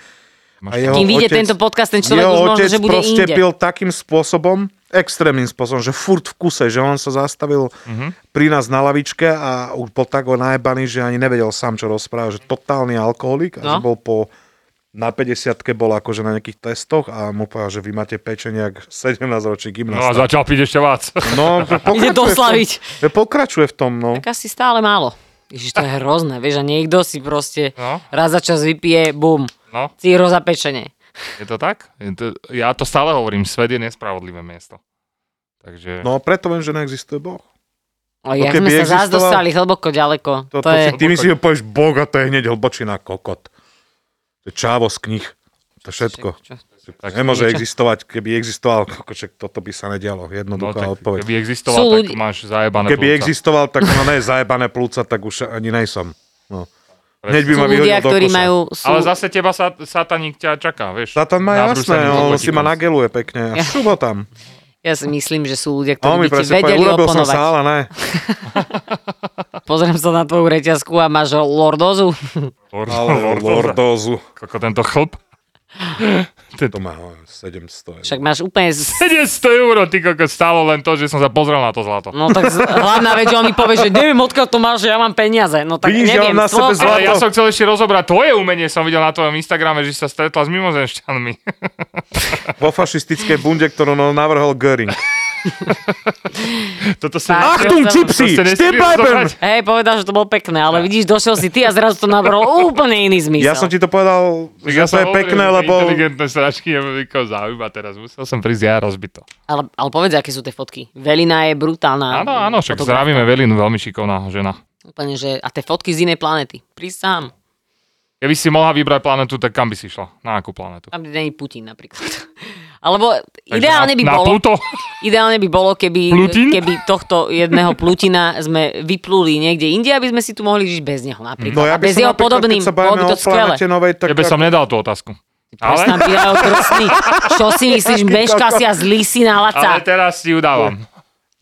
Speaker 4: A jeho
Speaker 3: Kým vyjde tento podcast, ten človek už možno,
Speaker 4: otec
Speaker 3: že bude
Speaker 4: proste
Speaker 3: inde.
Speaker 4: pil takým spôsobom, extrémnym spôsobom, že furt v kuse, že on sa zastavil
Speaker 6: Mhm.
Speaker 4: pri nás na lavičke a už bol tak onajebaný, že ani nevedel sám, čo rozpráva, že totálny alkoholik a
Speaker 3: No.
Speaker 4: že bol po na 50 bol akože na nejakých testoch a mu povedal, že vy máte pečenie jak 17-ročný
Speaker 6: No a
Speaker 4: gymnasta.
Speaker 6: začal piť ešte vác.
Speaker 4: No, že pokračuje v tom.
Speaker 3: doslaviť.
Speaker 4: Že Pokračuje v tom, no.
Speaker 3: Tak asi stále málo. Ježiš, to je hrozné, vieš, a niekto si proste
Speaker 6: No.
Speaker 3: raz za čas vypije, bum,
Speaker 6: No,
Speaker 3: círo za pečenie.
Speaker 6: je to tak? Je to, ja to stále hovorím, svet je nespravodlivé miesto. Takže...
Speaker 4: No preto viem, že neexistuje Boh.
Speaker 3: O,
Speaker 4: No
Speaker 3: jak
Speaker 4: keby
Speaker 3: sme sa zás
Speaker 4: existoval-
Speaker 3: dostali hlboko ďaleko.
Speaker 4: To,
Speaker 3: To,
Speaker 4: to,
Speaker 3: je...
Speaker 4: si, ty mi si ho povieš Boh a to je hneď hlbočina kokot. To je čávo z knih. To je všetko.
Speaker 3: Čo?
Speaker 6: tak,
Speaker 4: Nemôže existovať, keby existoval, kokoček, toto by sa nedialo.
Speaker 6: no,
Speaker 4: Jednoduchá
Speaker 6: tak,
Speaker 4: odpoveď. Keby,
Speaker 6: keby existoval,
Speaker 3: Sú
Speaker 6: tak
Speaker 3: ľudí-
Speaker 6: máš zajebané plúca.
Speaker 4: existoval, tak no ne, zajebané plúca, tak už ani nejsom. No. Hneď by
Speaker 3: Sú
Speaker 4: ma vyhodil
Speaker 3: ľudia,
Speaker 4: do
Speaker 3: ktorí
Speaker 4: koša.
Speaker 3: majú... Sú...
Speaker 6: Ale zase teba sa, sataník ťa čaká, vieš.
Speaker 4: Satan má jasné, no,
Speaker 6: Nabrúsený
Speaker 4: on si
Speaker 6: robotíkom.
Speaker 4: ma nageluje pekne. A
Speaker 3: Ja.
Speaker 4: šubo tam.
Speaker 3: Ja si myslím, že sú ľudia,
Speaker 4: A on No, mi
Speaker 3: ktorí by ti
Speaker 4: presne
Speaker 3: vedeli
Speaker 4: povedal, urobil som
Speaker 3: oponovať.
Speaker 4: sa, ale ne.
Speaker 3: Pozriem sa na tvoju reťazku a máš lordozu.
Speaker 6: Lord,
Speaker 4: Ale
Speaker 6: Lord, Lord,
Speaker 4: lordózu.
Speaker 6: Koko tento chlp.
Speaker 4: To má ho 700 eur.
Speaker 3: Však máš úplne... z-
Speaker 6: 700 eur, ty koko, stálo len to, že som sa pozrel na to zlato.
Speaker 3: No tak z- hlavná vec, že on mi povie, že neviem, odkiaľ to máš, že ja mám peniaze. No tak
Speaker 4: Vidíš, ja
Speaker 3: neviem.
Speaker 4: mám na
Speaker 3: slo-
Speaker 4: sebe
Speaker 6: Ale ja
Speaker 4: Zlato.
Speaker 6: som chcel ešte rozobrať tvoje umenie, som videl na tvojom Instagrame, že si sa stretla s mimozenšťanmi.
Speaker 4: Vo fašistickej bunde, ktorú nám navrhol Göring.
Speaker 6: Toto sa...
Speaker 3: Ach, Achtung,
Speaker 4: Gypsy! Stimmbleiben!
Speaker 3: Hej, povedal, že to bolo pekné, ale vidíš, došiel si ty a zrazu to nabralo úplne iný zmysel.
Speaker 4: Ja som ti to povedal, že to je pekné, lebo...
Speaker 6: Inteligentné sračky je veľko zaujíma teraz. Musel som prísť ja rozbito.
Speaker 3: Ale, ale povedz, aké sú tie fotky. Velina je brutálna.
Speaker 6: Áno, áno, však
Speaker 3: fotografka.
Speaker 6: zdravíme Velinu, veľmi šikovná žena.
Speaker 3: Úplne, že... A tie fotky z inej planety. Prísam.
Speaker 6: Keby si mohla vybrať planetu, tak kam by si šla? Na akú planetu?
Speaker 3: Tam nie je Putin napríklad. Alebo
Speaker 6: Takže
Speaker 3: ideálne
Speaker 6: na,
Speaker 3: by
Speaker 6: na
Speaker 3: bolo...
Speaker 6: Pluto?
Speaker 3: Ideálne by bolo, keby,
Speaker 6: Plutín?
Speaker 3: keby tohto jedného Plutina sme vypluli niekde inde, aby sme si tu mohli žiť bez neho napríklad.
Speaker 4: No ja
Speaker 3: a
Speaker 4: by
Speaker 3: bez
Speaker 4: som
Speaker 3: jeho
Speaker 4: napríklad,
Speaker 3: podobným,
Speaker 4: keď sa
Speaker 3: bolo
Speaker 4: bavíme
Speaker 3: by
Speaker 4: o
Speaker 3: to skvelé.
Speaker 4: planete no. novej, tak...
Speaker 6: Tebe som nedal tú otázku.
Speaker 3: Presná
Speaker 6: Ale,
Speaker 3: Bileo Krstný. Čo si myslíš, meška si a zlý si na
Speaker 6: ale
Speaker 3: laca.
Speaker 6: teraz ti ju dávam.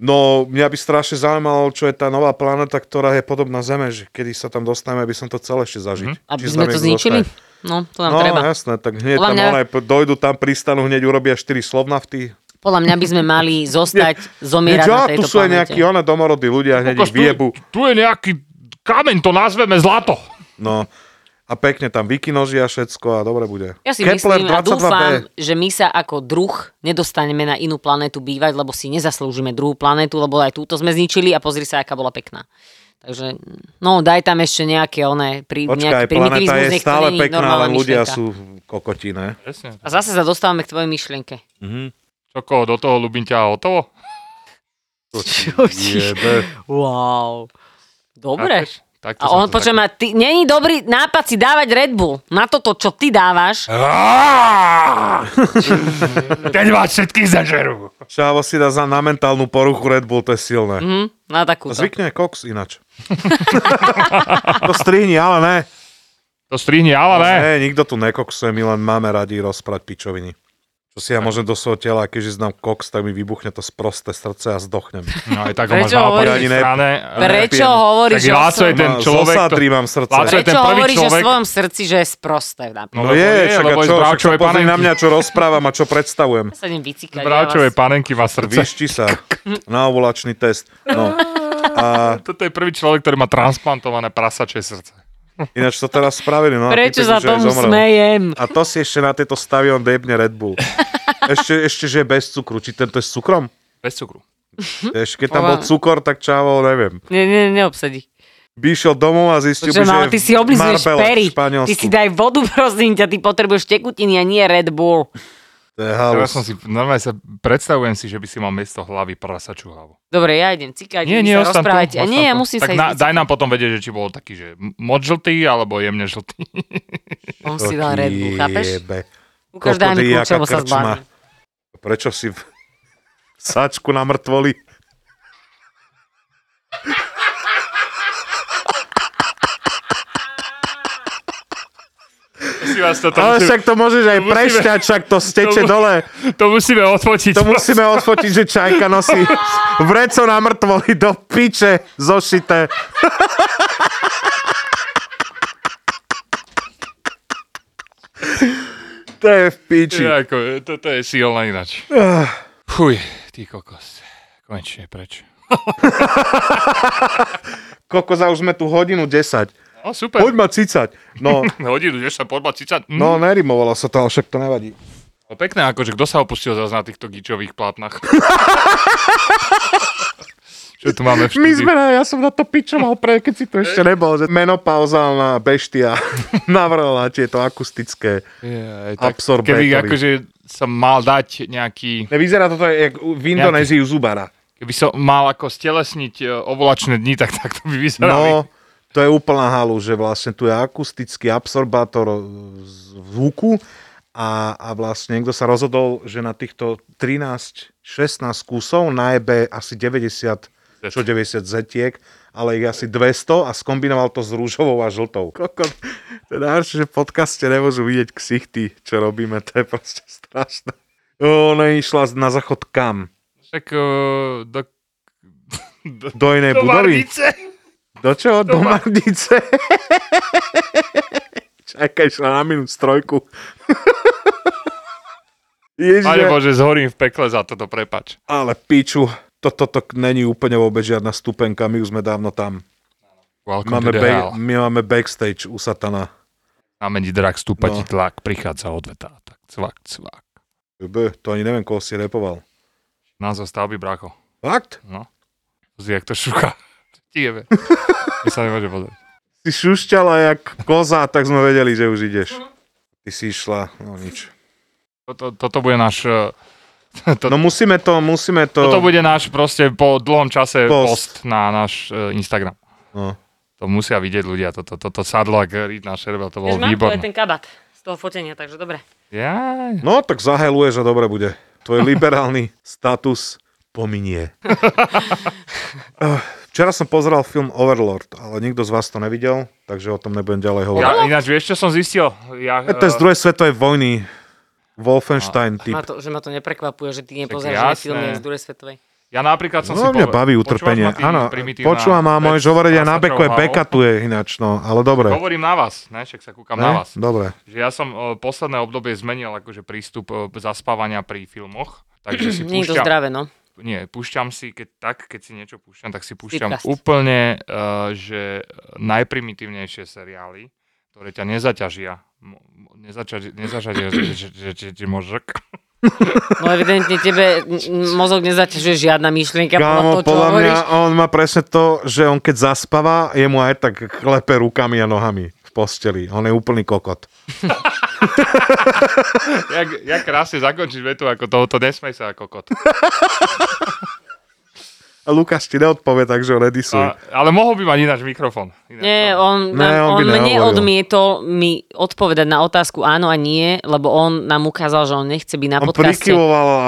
Speaker 4: No, mňa by strašne zaujímalo, čo je tá nová planeta, ktorá je podobná Zeme, že kedy sa tam dostaneme, aby som to celé ešte zažiť. Mm-hmm.
Speaker 3: Aby sme to zničili? No, to nám
Speaker 4: No,
Speaker 3: treba.
Speaker 4: jasné, tak hneď
Speaker 3: Podľa
Speaker 4: tam
Speaker 3: mňa-
Speaker 4: mňa... one, dojdu tam, pristanú, hneď urobia 4 slovnafty.
Speaker 3: Podľa mňa by sme mali zostať, zomierať
Speaker 4: Niečo,
Speaker 3: na
Speaker 4: a
Speaker 3: tejto
Speaker 4: tu sú aj
Speaker 3: planete.
Speaker 4: nejakí one domorodí ľudia, hneď
Speaker 6: Kokos,
Speaker 4: ich vyjebu.
Speaker 6: Tu, tu je nejaký kameň, to nazveme zlato.
Speaker 4: No, a pekne tam vykinožia všetko a dobre bude.
Speaker 3: Ja si myslím a dúfam, že my sa ako druh nedostaneme na inú planetu bývať, lebo si nezaslúžime druhú planetu, lebo aj túto sme zničili a pozri sa, aká bola pekná. Takže, no daj tam ešte nejaké oné, pri, nejaký
Speaker 4: Počkaj,
Speaker 3: primitivizmus,
Speaker 4: planeta je
Speaker 3: nech to
Speaker 4: stále
Speaker 3: není
Speaker 4: pekná,
Speaker 3: normálna
Speaker 4: ale ľudia
Speaker 3: myšlienka.
Speaker 4: sú kokoti, ne?
Speaker 6: Presne.
Speaker 3: A zase sa dostávame k tvojej myšlienke.
Speaker 6: Čoko, do toho ľubím ťa a hotovo?
Speaker 3: Čo ti-
Speaker 4: Jebe.
Speaker 3: Wow. Dobre.
Speaker 6: Chápeš? Tak
Speaker 3: A on, počujem, a ty, není dobrý nápad si dávať Red Bull na toto, čo ty dávaš.
Speaker 6: Teď vás všetkých zažerú.
Speaker 4: Šávo si dá za na mentálnu poruchu Red Bull, to je silné.
Speaker 3: Hm, na takúto.
Speaker 4: Zvykne koks inač. to strihni, ale ne.
Speaker 6: To strihni, ale ne.
Speaker 4: Ne, nikto tu nekoksuje, my len máme radi rozprať pičoviny. Čo si ja môžem do svojho tela, a keďže znám koks, tak mi vybuchne to sprosté srdce a zdochnem.
Speaker 6: No aj tak ho máš
Speaker 3: Prečo
Speaker 6: na
Speaker 3: hovoríš?
Speaker 6: opačnej
Speaker 4: Ani ne-
Speaker 6: strane.
Speaker 3: Prečo
Speaker 4: Nepijem.
Speaker 3: hovoríš
Speaker 6: Tak
Speaker 3: o
Speaker 6: Láco je
Speaker 3: svojom...
Speaker 6: ten
Speaker 4: Ma-
Speaker 6: človek,
Speaker 4: Zosádri mám
Speaker 6: Láco
Speaker 4: srdce.
Speaker 6: je ten
Speaker 3: Prečo
Speaker 6: prvý
Speaker 3: hovoríš
Speaker 6: človek.
Speaker 3: o svojom srdci, že je sprosté?
Speaker 6: No,
Speaker 3: Napríklad.
Speaker 4: No je,
Speaker 6: nie,
Speaker 4: však a čo,
Speaker 6: lebo je z
Speaker 4: však sa
Speaker 6: bravčovej
Speaker 4: pozri na
Speaker 6: panenky.
Speaker 4: mňa, čo rozprávam a čo predstavujem.
Speaker 3: sa idem vycikať.
Speaker 6: Bráčové
Speaker 3: ja vás-
Speaker 6: panenky má srdce.
Speaker 4: Vyšti sa na ovulačný test. No.
Speaker 6: Toto je prvý človek, ktorý má transplantované prasačie srdce.
Speaker 4: Ináč to teraz spravili. No, a
Speaker 3: Prečo
Speaker 4: typek
Speaker 3: sa
Speaker 4: už aj
Speaker 3: tomu
Speaker 4: zomrel.
Speaker 3: smejem?
Speaker 4: A to si ešte na tieto stavy on debne Red Bull. Ešte, ešte že je bez cukru. Či tento je s cukrom?
Speaker 6: Bez cukru.
Speaker 3: Hm?
Speaker 4: Vieš, keď tam
Speaker 3: Ova.
Speaker 4: bol cukor, tak čavo, neviem.
Speaker 3: Ne, ne, neobsadí.
Speaker 4: By išiel domov a zistil, by,
Speaker 3: Počujem,
Speaker 4: že
Speaker 3: no, ale
Speaker 4: je
Speaker 3: ty
Speaker 4: v
Speaker 3: si oblizuješ
Speaker 4: Marbele v
Speaker 3: pery. Ty
Speaker 4: Španielsku.
Speaker 3: si daj vodu, prosím ťa, ty potrebuješ tekutiny a nie Red Bull.
Speaker 4: To je
Speaker 6: Teraz
Speaker 4: halus.
Speaker 6: som si, normálne sa predstavujem si, že by si mal miesto hlavy prasačú hlavu.
Speaker 3: Dobre, ja idem cikať, vy
Speaker 6: Nie, nie,
Speaker 3: sa
Speaker 6: ostan tu.
Speaker 3: rozprávajte. A nie,
Speaker 6: ostan
Speaker 3: ja
Speaker 6: tu.
Speaker 3: musím
Speaker 6: tak
Speaker 3: sa
Speaker 6: na,
Speaker 3: ísť
Speaker 6: daj nám potom vedieť, že či bol taký, že moc žltý, alebo jemne žltý.
Speaker 3: vycikať. On si dal Red Bull, chápeš?
Speaker 4: Jebe.
Speaker 3: Ukáž, daj
Speaker 4: Kokody,
Speaker 3: mi kľúč,
Speaker 4: jaká
Speaker 3: lebo sa
Speaker 4: krčma.
Speaker 3: zblázni.
Speaker 4: Prečo si v sačku na mŕtvoli?
Speaker 6: Si vás to, to,
Speaker 4: Ale
Speaker 6: musíme,
Speaker 4: však to môžeš aj
Speaker 6: musíme-
Speaker 4: prešťať, však to steče
Speaker 6: mu-
Speaker 4: dole.
Speaker 6: to musíme odfotiť.
Speaker 4: To musíme odfotiť, že čajka nosí vreco na mŕtvoli do piče zošité. To je v piči.
Speaker 6: Ja, ako, to, to je silné ináč.
Speaker 4: Ah.
Speaker 6: Fuj, ty kokos. Konečne preč.
Speaker 4: Kokoza, už sme tu hodinu 10.
Speaker 6: O, No, super.
Speaker 4: Poď ma cicať. No,
Speaker 6: Hodinu, ideš sa podba cicať. Mm.
Speaker 4: no, nerimovalo sa to, ale však to nevadí.
Speaker 6: No pekné, akože kto sa opustil zase na týchto gičových plátnach? Čo tu máme v
Speaker 4: My
Speaker 6: štúdiu?
Speaker 4: sme, na- ja som na to pičoval, pre, keď si tu ešte nebol, že menopauzálna beštia navrhla tieto akustické.
Speaker 6: Je, tak,
Speaker 4: Absorbétovi.
Speaker 6: keby akože sa mal dať nejaký...
Speaker 4: Vyzerá toto jak v Indonézii u Zubara.
Speaker 6: Keby som mal ako stelesniť e, ovolačné dni, tak tak to by
Speaker 4: No,
Speaker 6: vyzerali.
Speaker 4: to je úplná halu, že vlastne tu je akustický absorbátor e, z- zvuku a, a vlastne niekto sa rozhodol, že na týchto 13-16 kusov najebe asi 90 čo 90 zetiek, ale ich asi 200 a skombinoval to s rúžovou a žltou. Kokot, to je najhoršie, že v podcaste nemôžu vidieť ksichty, čo robíme, to je proste strašné. Ona išla na záchod kam?
Speaker 6: Však uh, do, do,
Speaker 4: Do inej
Speaker 6: do
Speaker 4: budovy?
Speaker 6: Marnice.
Speaker 4: Do čoho? Do Mardice. Čakaj, šla na minút trojku.
Speaker 6: Pane
Speaker 4: Ježiš,
Speaker 6: Bože, zhorím v pekle za toto, prepač.
Speaker 4: ale piču, toto to, není úplne vôbec žiadna stupenka, my už sme dávno tam.
Speaker 6: Welcome
Speaker 4: Máme
Speaker 6: to the
Speaker 4: ba-
Speaker 6: hell.
Speaker 4: my máme backstage u satana.
Speaker 6: Kamení drak, stúpa
Speaker 4: No.
Speaker 6: ti tlak, prichádza odvetá. Tak cvak, cvak.
Speaker 4: Jebe, To ani neviem, koho si repoval.
Speaker 6: Názov stavby, bracho.
Speaker 4: Fakt?
Speaker 6: No. Pozri, jak to šuka. Tieve. My sa nemôže pozrieť.
Speaker 4: Si šušťala jak koza, tak sme vedeli, že už ideš. Ty si išla, no nič.
Speaker 6: Toto, toto bude náš... e, To,
Speaker 4: No musíme to, musíme to...
Speaker 6: toto bude náš proste po dlhom čase
Speaker 4: Post.
Speaker 6: post, na náš e, Instagram.
Speaker 4: No.
Speaker 6: To musia vidieť ľudia, toto, toto sadlo, ak rýd na šerbel, to bolo
Speaker 3: Vieš, mám tu aj
Speaker 6: výborné.
Speaker 3: ten kabát z toho fotenia, takže dobre.
Speaker 6: Jaj.
Speaker 4: No, tak zaheluješ a dobre bude. Tvoj liberálny status pominie. Eh, Včera som pozeral film Overlord, ale nikto z vás to nevidel, takže o tom nebudem ďalej hovoriť. Eh,
Speaker 6: Ja, ináč, vieš, čo som zistil? Ja,
Speaker 4: To je z
Speaker 6: e,
Speaker 4: druhej svetovej vojny. Wolfenstein typ.
Speaker 3: Ma to, že ma to neprekvapuje, že ty
Speaker 6: jasné.
Speaker 3: nepozeráš filmy z druhej svetovej.
Speaker 6: ja napríklad som si...
Speaker 4: No mňa
Speaker 6: povedal-
Speaker 4: baví
Speaker 6: Počúvaš
Speaker 4: utrpenie.
Speaker 6: ma, ty
Speaker 4: Áno,
Speaker 6: primitívna
Speaker 4: počúvam a
Speaker 6: vec,
Speaker 4: môj hovoriť aj na
Speaker 6: pásačov
Speaker 4: beku, aj
Speaker 6: hlavou?
Speaker 4: beka tu je ináč, no, ale dobre.
Speaker 6: Hovorím na vás, ne? Však sa kúkam
Speaker 4: Ne? No.
Speaker 6: na vás.
Speaker 4: Dobre.
Speaker 6: Že ja som e, posledné obdobie zmenil akože prístup e, zaspávania pri filmoch. Takže si
Speaker 3: Nie je to
Speaker 6: púšťam,
Speaker 3: zdravé, no.
Speaker 6: nie, púšťam si, keď tak, keď si niečo púšťam, tak si púšťam
Speaker 3: Sleepcast.
Speaker 6: úplne, uh, že najprimitívnejšie seriály, ktoré ťa nezaťažia. Mo- mo- Nezaťažia, nezaťažia že, že, že, že, že mozog.
Speaker 3: No evidentne tebe n- mozog nezaťažuje žiadna myšlienka
Speaker 4: Kámo,
Speaker 3: podľa toho, čo
Speaker 4: podľa mňa
Speaker 3: hovoríš.
Speaker 4: on má presne to, že on keď zaspáva, jemu aj tak klepe rukami a nohami v posteli. On je úplný kokot.
Speaker 6: Jak, jak krásne zakončíš vetu ako tohoto, nesmej sa ako kot.
Speaker 4: A Lukáš ti neodpovie, takže ho nedisuj.
Speaker 6: A, ale mohol by mať ináč mikrofón. Ináč
Speaker 3: Nie,
Speaker 6: to-
Speaker 3: on,
Speaker 4: no. Ne,
Speaker 3: nám,
Speaker 4: on
Speaker 3: on,
Speaker 4: by
Speaker 3: mne
Speaker 4: nehovoril.
Speaker 3: odmietol mi odpovedať na otázku áno a nie, lebo on nám ukázal, že on nechce byť na
Speaker 4: On
Speaker 3: podcaste.
Speaker 4: prikyvoval a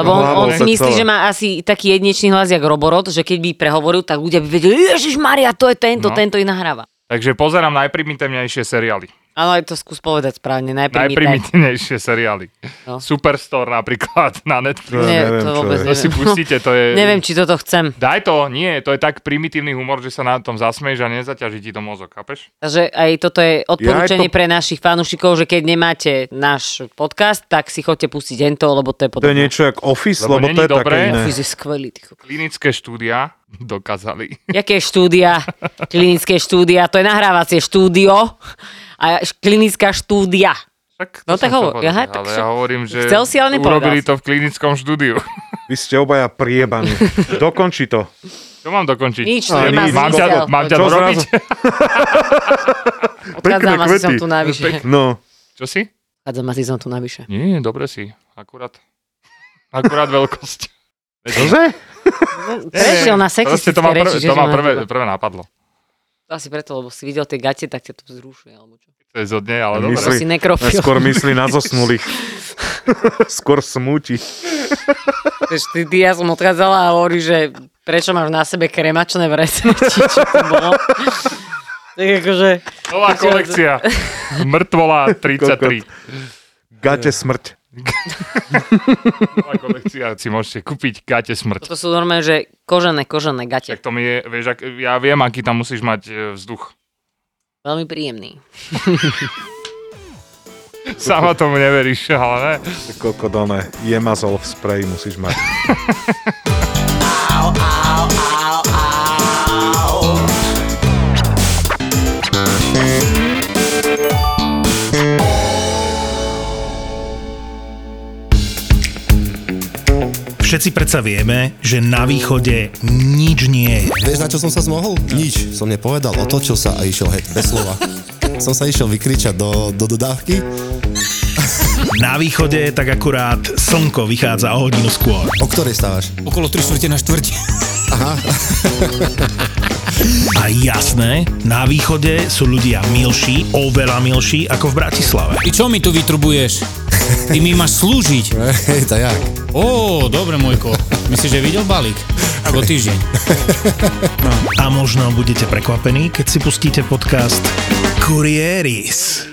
Speaker 3: Lebo on, on
Speaker 4: hlábol
Speaker 3: si
Speaker 4: sa
Speaker 3: myslí,
Speaker 4: celé.
Speaker 3: že má asi taký jednečný hlas jak Roborot, že keď by prehovoril, tak ľudia by vedeli, Ježiš Maria, to je tento, no.
Speaker 6: No.
Speaker 3: tento ich nahráva.
Speaker 6: Takže pozerám najprimitívnejšie seriály.
Speaker 3: Ale aj to skús povedať správne, najprv
Speaker 6: Najprimitívnejšie seriály.
Speaker 3: No.
Speaker 6: Superstore napríklad na Netflix.
Speaker 4: No,
Speaker 3: Nie,
Speaker 4: neviem,
Speaker 3: to
Speaker 4: čo je.
Speaker 3: vôbec
Speaker 6: To si
Speaker 3: neviem.
Speaker 6: pustíte, to je...
Speaker 3: Neviem, či toto chcem.
Speaker 6: Daj to, nie, to je tak primitívny humor, že sa na tom zasmeješ a nezaťaží ti to mozog, kapeš?
Speaker 3: Takže aj toto je odporúčanie
Speaker 4: to-
Speaker 3: pre našich fanúšikov, že keď nemáte náš podcast, tak si chodte pustiť hento, lebo to
Speaker 4: To
Speaker 3: je
Speaker 4: je
Speaker 3: podobné.
Speaker 4: niečo jak Office,
Speaker 6: Lebo
Speaker 4: lebo,
Speaker 6: není
Speaker 4: to je
Speaker 6: dobré.
Speaker 4: také iné.
Speaker 3: Office je skvelý. ty kokos.
Speaker 6: Klinické štúdia dokázali.
Speaker 3: Jaké štúdia? Klinické štúdia, to je nahrávacie štúdio a š- klinická štúdia.
Speaker 6: Tak,
Speaker 3: No
Speaker 6: to
Speaker 3: tak
Speaker 6: som chcel
Speaker 3: hovor-
Speaker 6: povedať,
Speaker 3: aha, tak
Speaker 6: ale
Speaker 3: som-
Speaker 6: ja hovorím, že
Speaker 3: Chcel si, ale nepovedal
Speaker 6: urobili
Speaker 3: si.
Speaker 6: to v klinickom štúdiu.
Speaker 4: Vy ste obaja priebaní. Dokončí to.
Speaker 6: Čo mám dokončiť?
Speaker 3: Nič,
Speaker 4: A
Speaker 3: nemá
Speaker 4: nič,
Speaker 3: zmysel.
Speaker 6: mám ťa, mám ťa
Speaker 4: Čo
Speaker 6: dorobiť?
Speaker 3: Odchádzam
Speaker 4: pekné
Speaker 3: asi som
Speaker 4: kvety.
Speaker 3: tu navyše.
Speaker 4: No,
Speaker 6: Čo si?
Speaker 3: Odchádzam asi som tu navyše.
Speaker 6: Nie, nie, dobre si. Akurát. Akurát veľkosť.
Speaker 4: čože?
Speaker 3: Prešiel na
Speaker 6: Proste
Speaker 3: sexistické
Speaker 6: to ma prvé,
Speaker 3: reči, že že
Speaker 6: to
Speaker 3: ma
Speaker 6: ma prvé,
Speaker 3: napadlo.
Speaker 6: prvé napadlo.
Speaker 3: To asi preto, lebo si videl tie gate, tak ťa to vzrušuje. Alebo čo.
Speaker 6: To je zo dne, ale
Speaker 4: Ja
Speaker 6: dobre.
Speaker 4: myslím-
Speaker 3: Si nekrofil.
Speaker 4: Skôr myslí na zosnulých. Skôr smúti.
Speaker 3: Vieš, ty, ty, ja som odchádzala a hovorí, že prečo máš na sebe kremačné vrece, či čo to bolo. tak akože,
Speaker 6: Nová kolekcia. Mŕtvola 33.
Speaker 4: Gate smrť.
Speaker 6: Nová kolekcia si môžete kúpiť gate smrť.
Speaker 3: toto sú normálne, že kožené, kožené gate.
Speaker 6: Tak to mi je, vieš, ak, ja viem, aký tam musíš mať e, vzduch.
Speaker 3: Veľmi príjemný.
Speaker 6: Sama tomu neveríš, ale ne.
Speaker 4: Kokodone. Jemazol v spreji musíš mať.
Speaker 2: Všetci predsa vieme, že na východe nič nie je.
Speaker 7: Vieš, na čo som sa zmohol? Nič. Som nepovedal, otočil sa a išiel hej, bez slova. Som sa išiel vykričať do, do dodávky.
Speaker 2: Na východe tak akurát slnko vychádza o hodinu skôr.
Speaker 7: O ktorej stávaš?
Speaker 8: Okolo 3 štvrte na štvrte.
Speaker 2: A jasné, na východe sú ľudia milší, oveľa milší ako v Bratislave.
Speaker 8: Ty čo mi tu vytrubuješ? Ty mi máš slúžiť.
Speaker 7: Hej, tak jak?
Speaker 8: Ó, dobre, môjko. Myslíš, že videl balík? Po týždeň.
Speaker 2: A možno budete prekvapení, keď si pustíte podcast Kurieris.